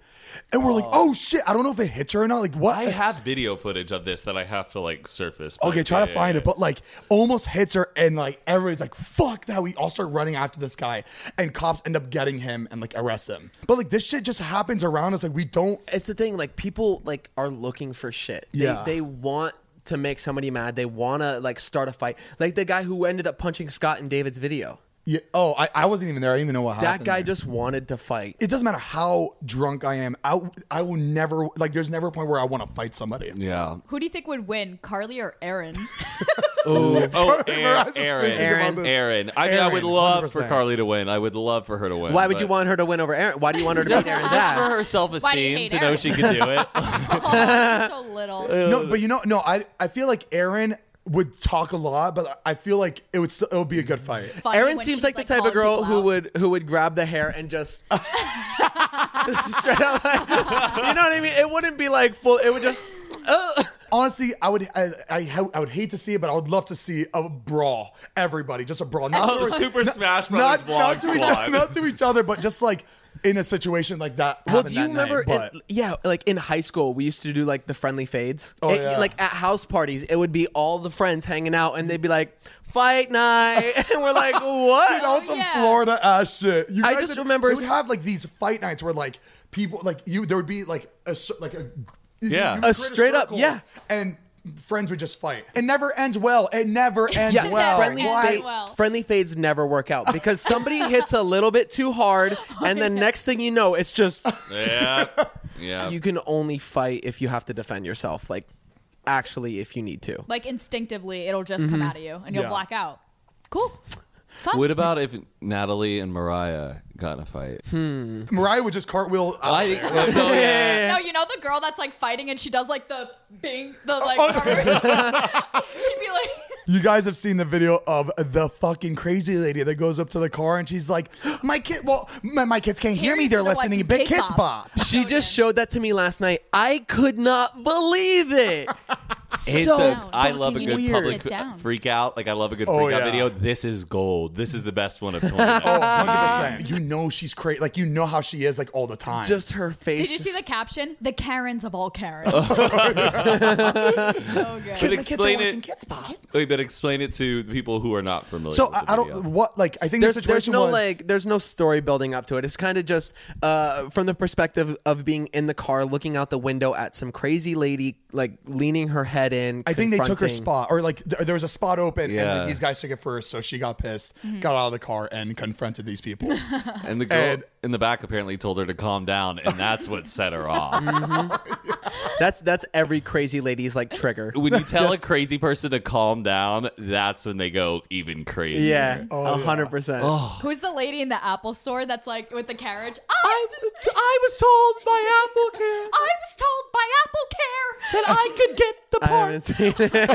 and we're like, oh shit! I don't know if it hits her or not. Like what?
I have video footage of this that I have to like surface. but
Okay, try
yeah,
to
yeah,
find
yeah.
it, but like almost hits her, and like everybody's like, "Fuck that!" We all start running after this guy, and cops end up getting him and like arrest him. But like this shit just happens around us. Like we don't.
it's the thing like people like are looking for shit They-
Yeah.
they, want to make somebody mad they want to like start a fight like the guy who ended up punching scott in david's video
Yeah, oh, I, I wasn't even there. I didn't even know what
that
happened.
guy
there.
just wanted to fight
It doesn't matter how drunk I am. I I will never like. There's never a point where I want to fight somebody.
Yeah.
Who do you think would win, Carly or Aaron?
Oh,
Mariah's
Aaron.
just
Aaron.
thinking
about
Aaron.
this.
I mean, I would
Aaron,
love for
100%.
Carly to win. I would love for her to win.
why would
but-
you want her to win over aaron why do you want her to beat aaron's
Just for her
ass
self
Why do you
esteem
hate
to know
Aaron?
she can do it.
oh, she's so little.
Uh,
No, but you know, no. I I feel like Aaron would talk a lot, but I feel like it would still, it would be a good fight.
Funny
Aaron
when
seems
she's,
like the type of
calling
girl
people
who
out.
would who would grab the hair and just straight up like, you know what I mean? It wouldn't be like full. It would just
Honestly, I would I, I ha- I would hate to see it, but I would love to see a brawl. Everybody, just a brawl. Not
Oh, Super Smash
not,
Brothers blog
not, to each,
squad.
not to each other, but just like in a situation like that.
Well,
happened
do you
that night,
remember?
but
it- yeah, like in high school, we used to do like the friendly fades.
Oh,
It-
yeah.
Like at house parties, it would be all the friends hanging out, and they'd be like, "Fight night," and we're like, "What?"
Dude, on some
yeah.
Florida ass shit. You
I
guys
just
would-
remember-
we would have like these fight nights where like people like you there would be like a s- like a you-
Yeah.
you
A
create
straight up-
circle
yeah.
and friends would just fight. It never ends well. It never ends
yeah,
well.
friendly,
Never
Why?
ends
fade-
well.
friendly fades never work out because somebody hits a little bit too hard, and the next thing you know, it's just
yeah. Yeah.
you can only fight if you have to defend yourself. Like, actually, if you need to.
Like instinctively, it'll just come out of you, and you'll
Yeah.
black out. Cool. Fun.
What about if Natalie and Mariah got in a fight?
Hmm.
Mariah would just cartwheel. out
I
there.
think. oh, yeah.
No, you know the girl that's like fighting and she does like the bing, the like. She'd be like,
You guys have seen the video of the fucking crazy lady that goes up to the car and she's like, "My kid, well, my, my kids can't hear
Harry
me. They're
doesn't like
listening to Big Kids
K-pop."
Bop."
She just showed that to me last night. I could not believe it.
It's
so
a, I love a
fucking
good
weird. Sit
public
down.
freak out. Like I love a good
Oh,
freak out
yeah.
video. This is gold. This is the best one of 2019.
Oh, 100%. You know she's crazy. Like you know how she is like all the time.
just her face.
did you see
just-
the caption? The Karens of all Karens. so good.
But
my kids are
explain
watching
it.
Kids Bop.
Wait, but explain it to the people who are not familiar.
So
with
I,
the
I
video.
don't what like I think
There's,
the
there's
situation
no
was
like there's no story building up to it. It's kind of just uh, from the perspective of being in the car, looking out the window at some crazy lady like leaning her head in.
I think they took her
confronting-
spot or like th- there was a spot open and
Yeah.
like, these guys took it first, so she got pissed, got out of the car, and confronted these people.
And the girl
And-
in the back apparently told her to calm down, and that's what set her off.
Mm-hmm.
That's that's every crazy lady's like trigger.
When you tell a crazy person to calm down, that's when they go even crazier.
yeah,
Oh,
a hundred percent.
Who's the lady in the Apple store that's like with the carriage?
I, I was told by Apple Care
I was told
that
by Apple Care
I could get the
I haven't seen it.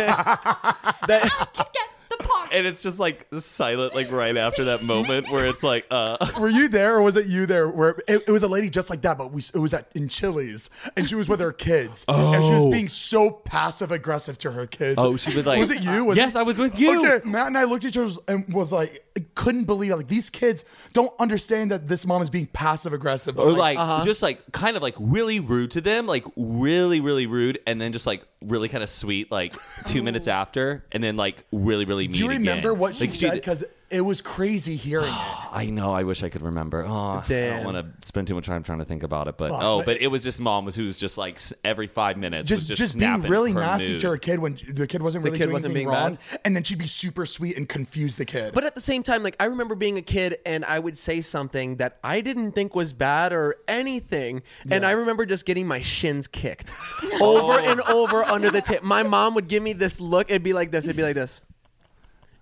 That-
I could get the part.
And it's just like silent, like right after that moment where it's like, uh,
Were you there or was it you there? Where it, it was a lady just like that, but we, it was at in Chili's and she was with her kids and she was being so passive aggressive to her kids.
oh, she was like,
was it you? Was
yes,
it-
I was with you.
Okay, Matt and I looked at each other and was like, couldn't believe it. like these kids don't understand that this mom is being passive aggressive.
Or like just like kind of like really rude to them, like really really rude, and then just like really kind of sweet, like two minutes after, and then like really really mean.
Oh. do you remember
again.
what she
Like,
said? Because it was crazy hearing it.
I know. I wish I could remember. Oh, I
Damn.
don't want to spend too much time trying to think about it. But
Fuck,
oh,
but-
but it was just mom was who was just like s- every five minutes was
just
just,
just, being
snapping
really
her
nasty
mood.
to her kid when the kid wasn't really
kid
doing
wasn't
anything
being
wrong,
bad.
and then she'd be super sweet and confuse the kid.
But at the same time, like I remember being a kid and I would say something that I didn't think was bad or anything, and I remember just getting my shins kicked over and over under the table. My mom would give me this look. It'd be like this. It'd be like this,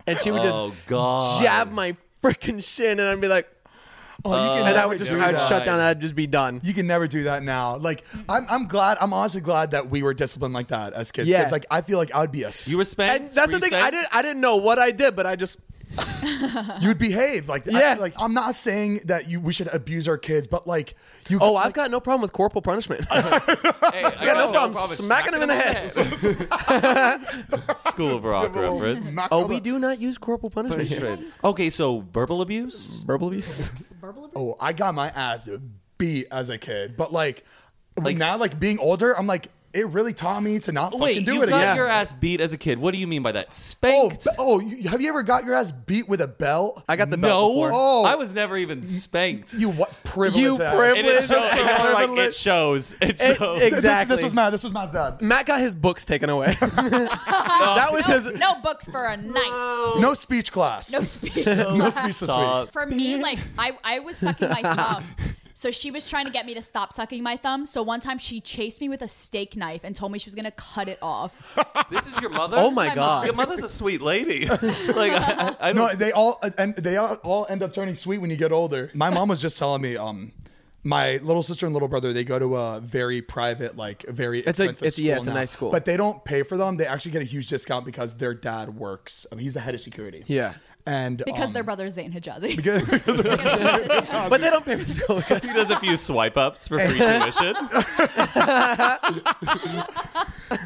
and she would
Oh
just
god.
jab my freaking shin, and I'd be like,
oh,
Uh,
you can
and I
never
would just,
do
I'd
that.
shut down, and I'd just be done.
You can never do that now. Like I'm, I'm glad. I'm honestly glad that we were disciplined like that as kids.
Yeah.
'Cause, like I feel like I would be a. s-
You were spanked.
And that's
Were
the
you
thing. I
spanked?
didn't, I didn't know what I did, but I just.
you'd behave like I-
Yeah.
like I'm not saying that you we should abuse our kids, but like you.
Oh, I've got no problem with corporal punishment. I
Hey, I
got no problem smacking him in the head.
School of Rock reference.
Smack
Oh,
on
we
the-
do not use corporal punishment. here.
Okay, so verbal abuse.
Verbal abuse.
Oh, I got my ass beat as a kid, but like,
Like
now,
s-
like being older, I'm like it really taught me to not
Wait,
fucking do
you
it
got
again.
your ass beat as a kid. What do you mean by that?
Oh,
Spanked?
b- oh! You, have you ever got your ass beat with a belt?
I got the belt
no,
before.
Oh.
I was never even spanked.
You what privilege?
You
ass.
priv-
and it, show, it, shows, like,
Privilege.
it shows. It
It-
shows.
it-
This-
Exactly.
This, was my. This was my dad.
Matt got his books taken away. that was his.
no books for a night.
No speech class.
No speech.
No speech this week.
For me, like I, I was sucking my thumb. So she was trying to get me to stop sucking my thumb. So one time she chased me with a steak knife and told me she was gonna cut it off.
this is your mother?
Oh my
my
Your
god.
mother's a sweet lady. like I, I don't
No, they all uh, and they all, all end up turning sweet when you get older. My mom was just telling me, um, my little sister and little brother they go to a very private, like very
a-
expensive
it's-
school
yeah, it's a
now.
nice school.
but they don't pay for them. They actually get a huge discount because their dad works. I mean, he's the head of security.
Yeah.
and
Because
um,
their brother's Zayn Hijazi.
But they don't pay for the school.
He does a few swipe ups for free tuition.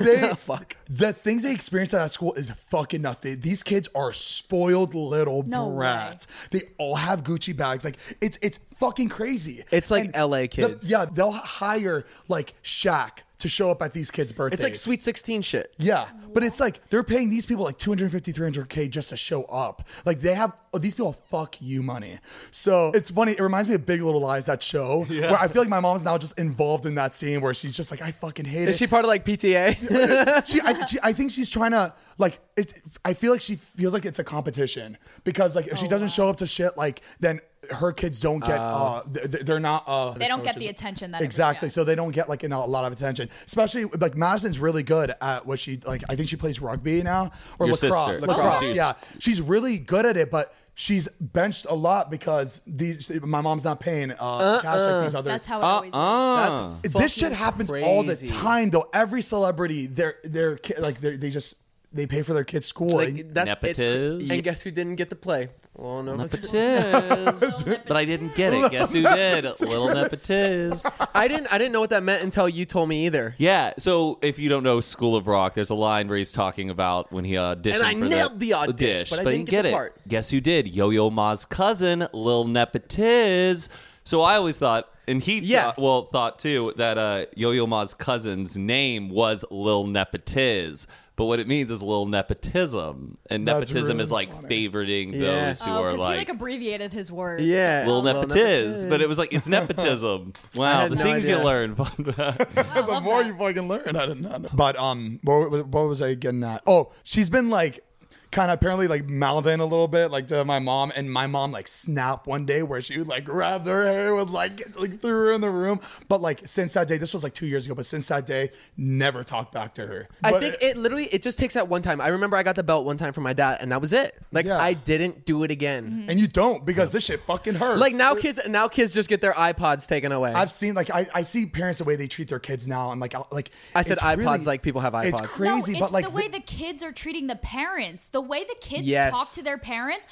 they,
Fuck.
the things they experience at that school is fucking nuts. They, these kids are spoiled little
No way.
brats. They all have Gucci bags. Like it's it's fucking crazy.
It's like LA
the-
kids.
yeah, they'll hire like Shaq to show up at these kids' birthdays.
It's like Sweet 16 shit.
Yeah, but it's like they're paying these people like 250, 300K just to show up. Like they have, oh, these people have fuck you money. So it's funny. It reminds me of Big Little Lies, that show, where I feel like my mom's now just involved in that scene where she's just like, I fucking hate
Is
it.
she part of like PTA?
she, I, she, I think she's trying to, like, it's, I feel like she feels like it's a competition because, like, if
Oh,
she doesn't show up to shit, like, then her kids don't get, uh,
Oh.
th- th- they're not, uh,
They don't get
coaches.
the attention that it-
exactly.
yeah.
So they don't get like an, a lot of attention, especially like Madison's really good at what she like. I think she plays rugby now or
Your
lacrosse.
sister.
Lacrosse,
Okay.
yeah, she's really good at it, but she's benched a lot because these. My mom's not paying uh, cash like these other.
Uh-uh. That's how it always
uh,
is.
Ah.
That's
this shit
fucking
happens all the
crazy.
time, though. Every celebrity, their their ki- like they're, they just they pay for their kids' school. and-
Like, that's, it's,
Nepotism.
and guess who didn't get to play? Well, no.
Nepotiz. but I didn't get it. Guess who did? Little nepotiz.
I didn't. I didn't know what that meant until you told me either.
Yeah. So if you don't know School of Rock, there's a line where he's talking about when he auditioned.
And I
for
nailed the audition,
dish,
but I didn't
didn't
get the
it.
part.
Guess who did? Yo Yo Ma's cousin, Lil Nepotiz. So I always thought, and he
Yeah.
thought, well thought too that uh, Yo Yo Ma's cousin's name was Lil Nepotiz. But what it means is little nepotism, and
That's
nepotism
really
is like
funny.
favoriting
Yeah.
those who
Oh,
are
because he
like
like abbreviated his words.
Yeah.
little
Lil
nepotiz, but it was like it's nepotism. Wow,
had
the
no
things you
idea.
learn. Fun fact.
I love that.
fucking learn. I didn't know. But um, what, wa- what was I getting at? Oh, she's been like kind of apparently like mouthing a little bit like to my mom and my mom like snap one day where she would like grabbed her hair with like get- like threw her in the room but like since that day this was like two years ago but since that day never talked back to her
I
But
think it literally it just takes that one time. I remember I got the belt one time from my dad, and that was it. Like
Yeah.
I didn't do it again.
and you don't because this shit fucking hurts
Like now kids now kids just get their iPods taken away.
Mm. I've seen like I, I see parents the way they treat their kids now and like I- like
I said
it's
iPods, like people have
It's
iPods.
No,
crazy,
it's
but like
the way the kids are treating the parents, the way the kids
Yes.
talk to their parents.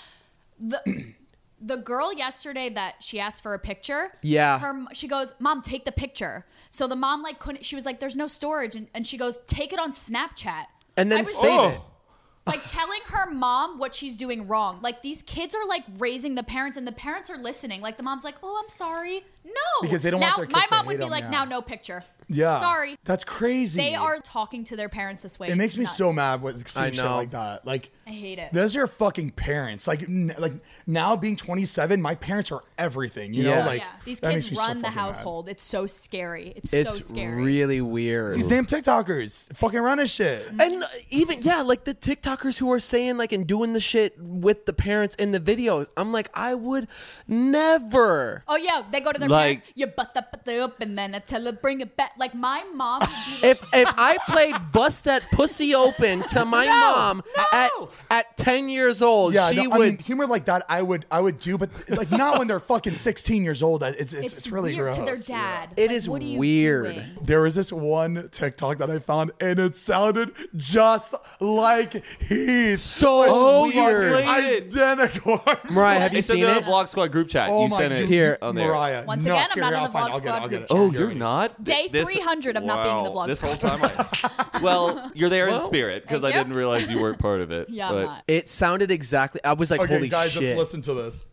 The the girl yesterday that she asked for a picture.
Yeah.
her m- she goes, "Mom, take the picture." So the mom like couldn't. She was like, "There's no storage," and, and she goes, "Take it on Snapchat."
and
I
then
was-
save
Oh.
it.
Like telling her mom what she's doing wrong. Like these kids are like raising the parents, and the parents are listening. Like the mom's like, "Oh, I'm sorry." No,
Because they don't
now,
want their kids
My
to
mom would
hate
be
them,
like,
yeah.
"Now, no picture."
yeah
sorry.
that's crazy
They are talking to their parents this way.
It makes me
Nuts.
so mad with seeing shit
know.
like that. Like I
hate it.
Those are fucking parents. Like n- like now being 27, my parents are everything. You
Yeah.
know, like
yeah, these
that makes
kids
me so
run the
fucking mad.
household. It's so scary. It's,
It's
so scary.
really weird.
These damn TikTokers fucking running shit.
and uh, even yeah, like the TikTokers who are saying like and doing the shit with the parents in the videos. I'm like, I would never.
oh yeah, they go to their
Like-
parents. You bust up at the up, and then I tell her bring it back. Like my mom would be like,
If if I played "Bust That Pussy Open" to my mom at at ten years old,
Yeah,
she
no, I
would.
mean, humor like that, I would, I would do, but like not when they're fucking 16 years old. It's, it's, it's,
it's,
really gross.
weird to their dad.
It
Like,
is
what are you
weird.
doing?
There was this one TikTok that I found, and it sounded just like he's
So
Oh,
Oh, weird.
identical.
Mariah, have you
It's in
seen
the
it?
Vlog Squad group chat.
Oh
you
my
sent it
Here.
on there.
Mariah. nuts.
Once again, I'm
Here,
not in
I'll
the
find it.
Vlog
I'll get it.
Squad
I'll get it.
group
Oh,
Here
you're
it is.
not.
Day
This-
300, I'm not being in the
Wow,
Vlog
This whole
Squad.
time. I, well, you're there in
Well-
spirit because I
Thank you.
didn't realize you weren't part of it.
Yeah, I'm
but-
not.
It sounded exactly. I was like,
Okay,
"Holy
guys,
shit!"
let's listen to this.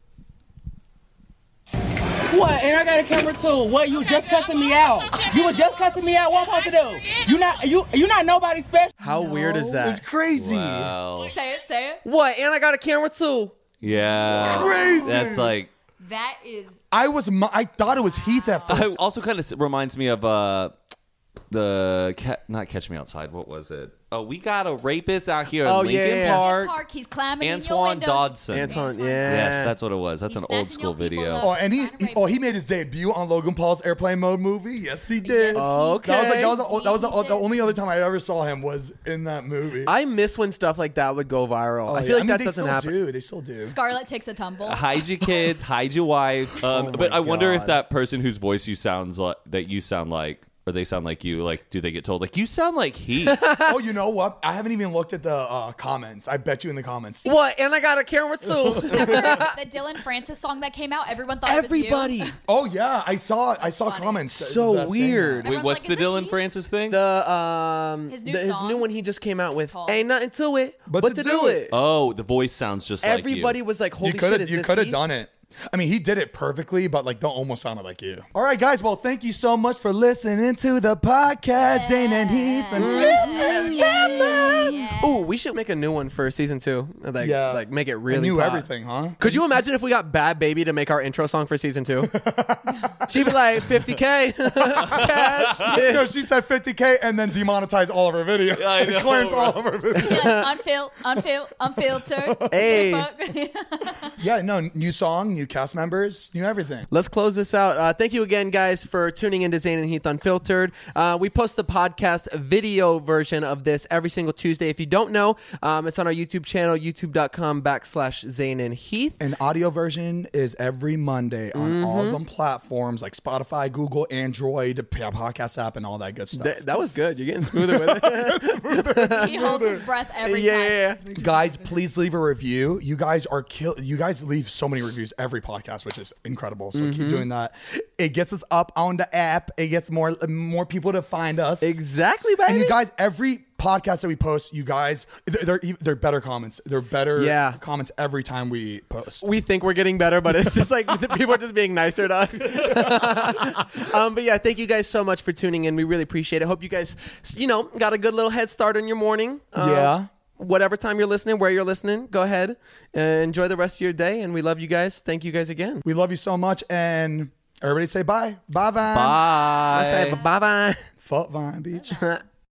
What? And I got a camera too. What? You just cussing me out. You were just cussing me out. What I'm supposed to do? You not you you not nobody special.
How weird is that?
It's crazy.
Wow.
Say it, say it.
What? And I got a camera too.
Yeah.
Crazy.
That's like.
That is
I was, mu- I thought it was Heath at
I
first.
also kind of reminds me of uh, the ca- not Catch Me Outside. What was it? Oh, we got a rapist out here
Oh,
in
yeah,
Lincoln
yeah, yeah.
Park.
Park. He's climbing
Antoine
in your windows.
Dodson.
Anton, yeah.
Yes, that's what it was. That's
He's
an old
snatching
school
your people
video.
up.
Oh, and he, he- oh he made his debut on Logan Paul's Airplane Mode movie. Yes, he did.
Yes,
Okay.
That was like that was, the, that was the, the only other time I ever saw him was in that movie.
I miss when stuff like that would go viral.
Oh,
I feel
yeah.
like
mean,
that
they
doesn't
still
happen.
Do. They still do.
Scarlett takes a tumble.
Hide your kids, hide your wife. Um,
Oh
but
my
I wonder if
God.
that person whose voice you sounds like that you sound like, or they sound like you, like do they get told like you sound like he?
oh, you know what? I haven't even looked at the uh, comments. I bet you in the comments.
What? And I got a camera too.
Remember the Dylan Francis song that came out? Everyone thought it
Everybody.
Oh yeah, I saw. I saw
funny.
comments. that-
So
that saying
weird.
Wait,
Everyone's
what's
like,
the
"Is this
Dylan
he?"
Francis thing?
The um
His new
the- his
song?
new one he just came out with.
Called-
Ain't nothing to it, but, to, do it.
oh, the voice sounds just
Everybody
like
was like,
that.
"Holy
You could
shit!"
have.
Is
You
this
could have
he?
done it. I mean, he did it perfectly, but like, that almost sounded like you. All right, guys. Well, thank you so much for listening to the podcast, Zane and Heath. And
Ooh, we should make a new one for season two. Like,
Yeah.
like make it
I
really.
knew
pop.
everything, huh?
Could you imagine if we got Bad Baby to make our intro song for season two? She'd be like, 50K cash.
No,
bitch."
she said 50k and then demonetized all of her videos.
I know,
Clearance all of her videos.
Like, unfil, unfil, unfiltered.
Hey.
Yeah, no, new song, new cast members, new everything.
Let's close this out. Uh, thank you again, guys, for tuning in to Zane and Heath Unfiltered. Uh, we post the podcast video version of this every single Tuesday. If you don't know, um, it's on our YouTube channel, youtube.com backslash Zane and Heath.
An audio version is every Monday on all
Mm-hmm.
of them platforms like Spotify, Google, Android, p- podcast app, and all that good stuff.
Th- that was good. You're getting smoother with it.
he holds his breath every
yeah,
time.
yeah, yeah.
guys, please leave a review. You guys are kill. You guys leave so many reviews every podcast, which is incredible. So
Mm-hmm.
keep doing that. It gets us up on the app. It gets more more people to find us.
Exactly, baby.
And you guys, every podcast that we post, you guys, they're they're, ev- they're better comments. They're better
Yeah.
comments every time we post.
we think we're getting better, but it's just like the people are just being nicer to us. um, but yeah, thank you guys so much for tuning in. We really appreciate it. Hope you guys, you know, got a good little head start in your morning. Um,
Yeah.
Whatever time you're listening, where you're listening, go ahead and enjoy the rest of your day. And we love you guys. Thank you guys again.
We love you so much, and everybody say bye, bye, Vine,
Bye.
Bye bye.
fuck Vine Beach.
bye.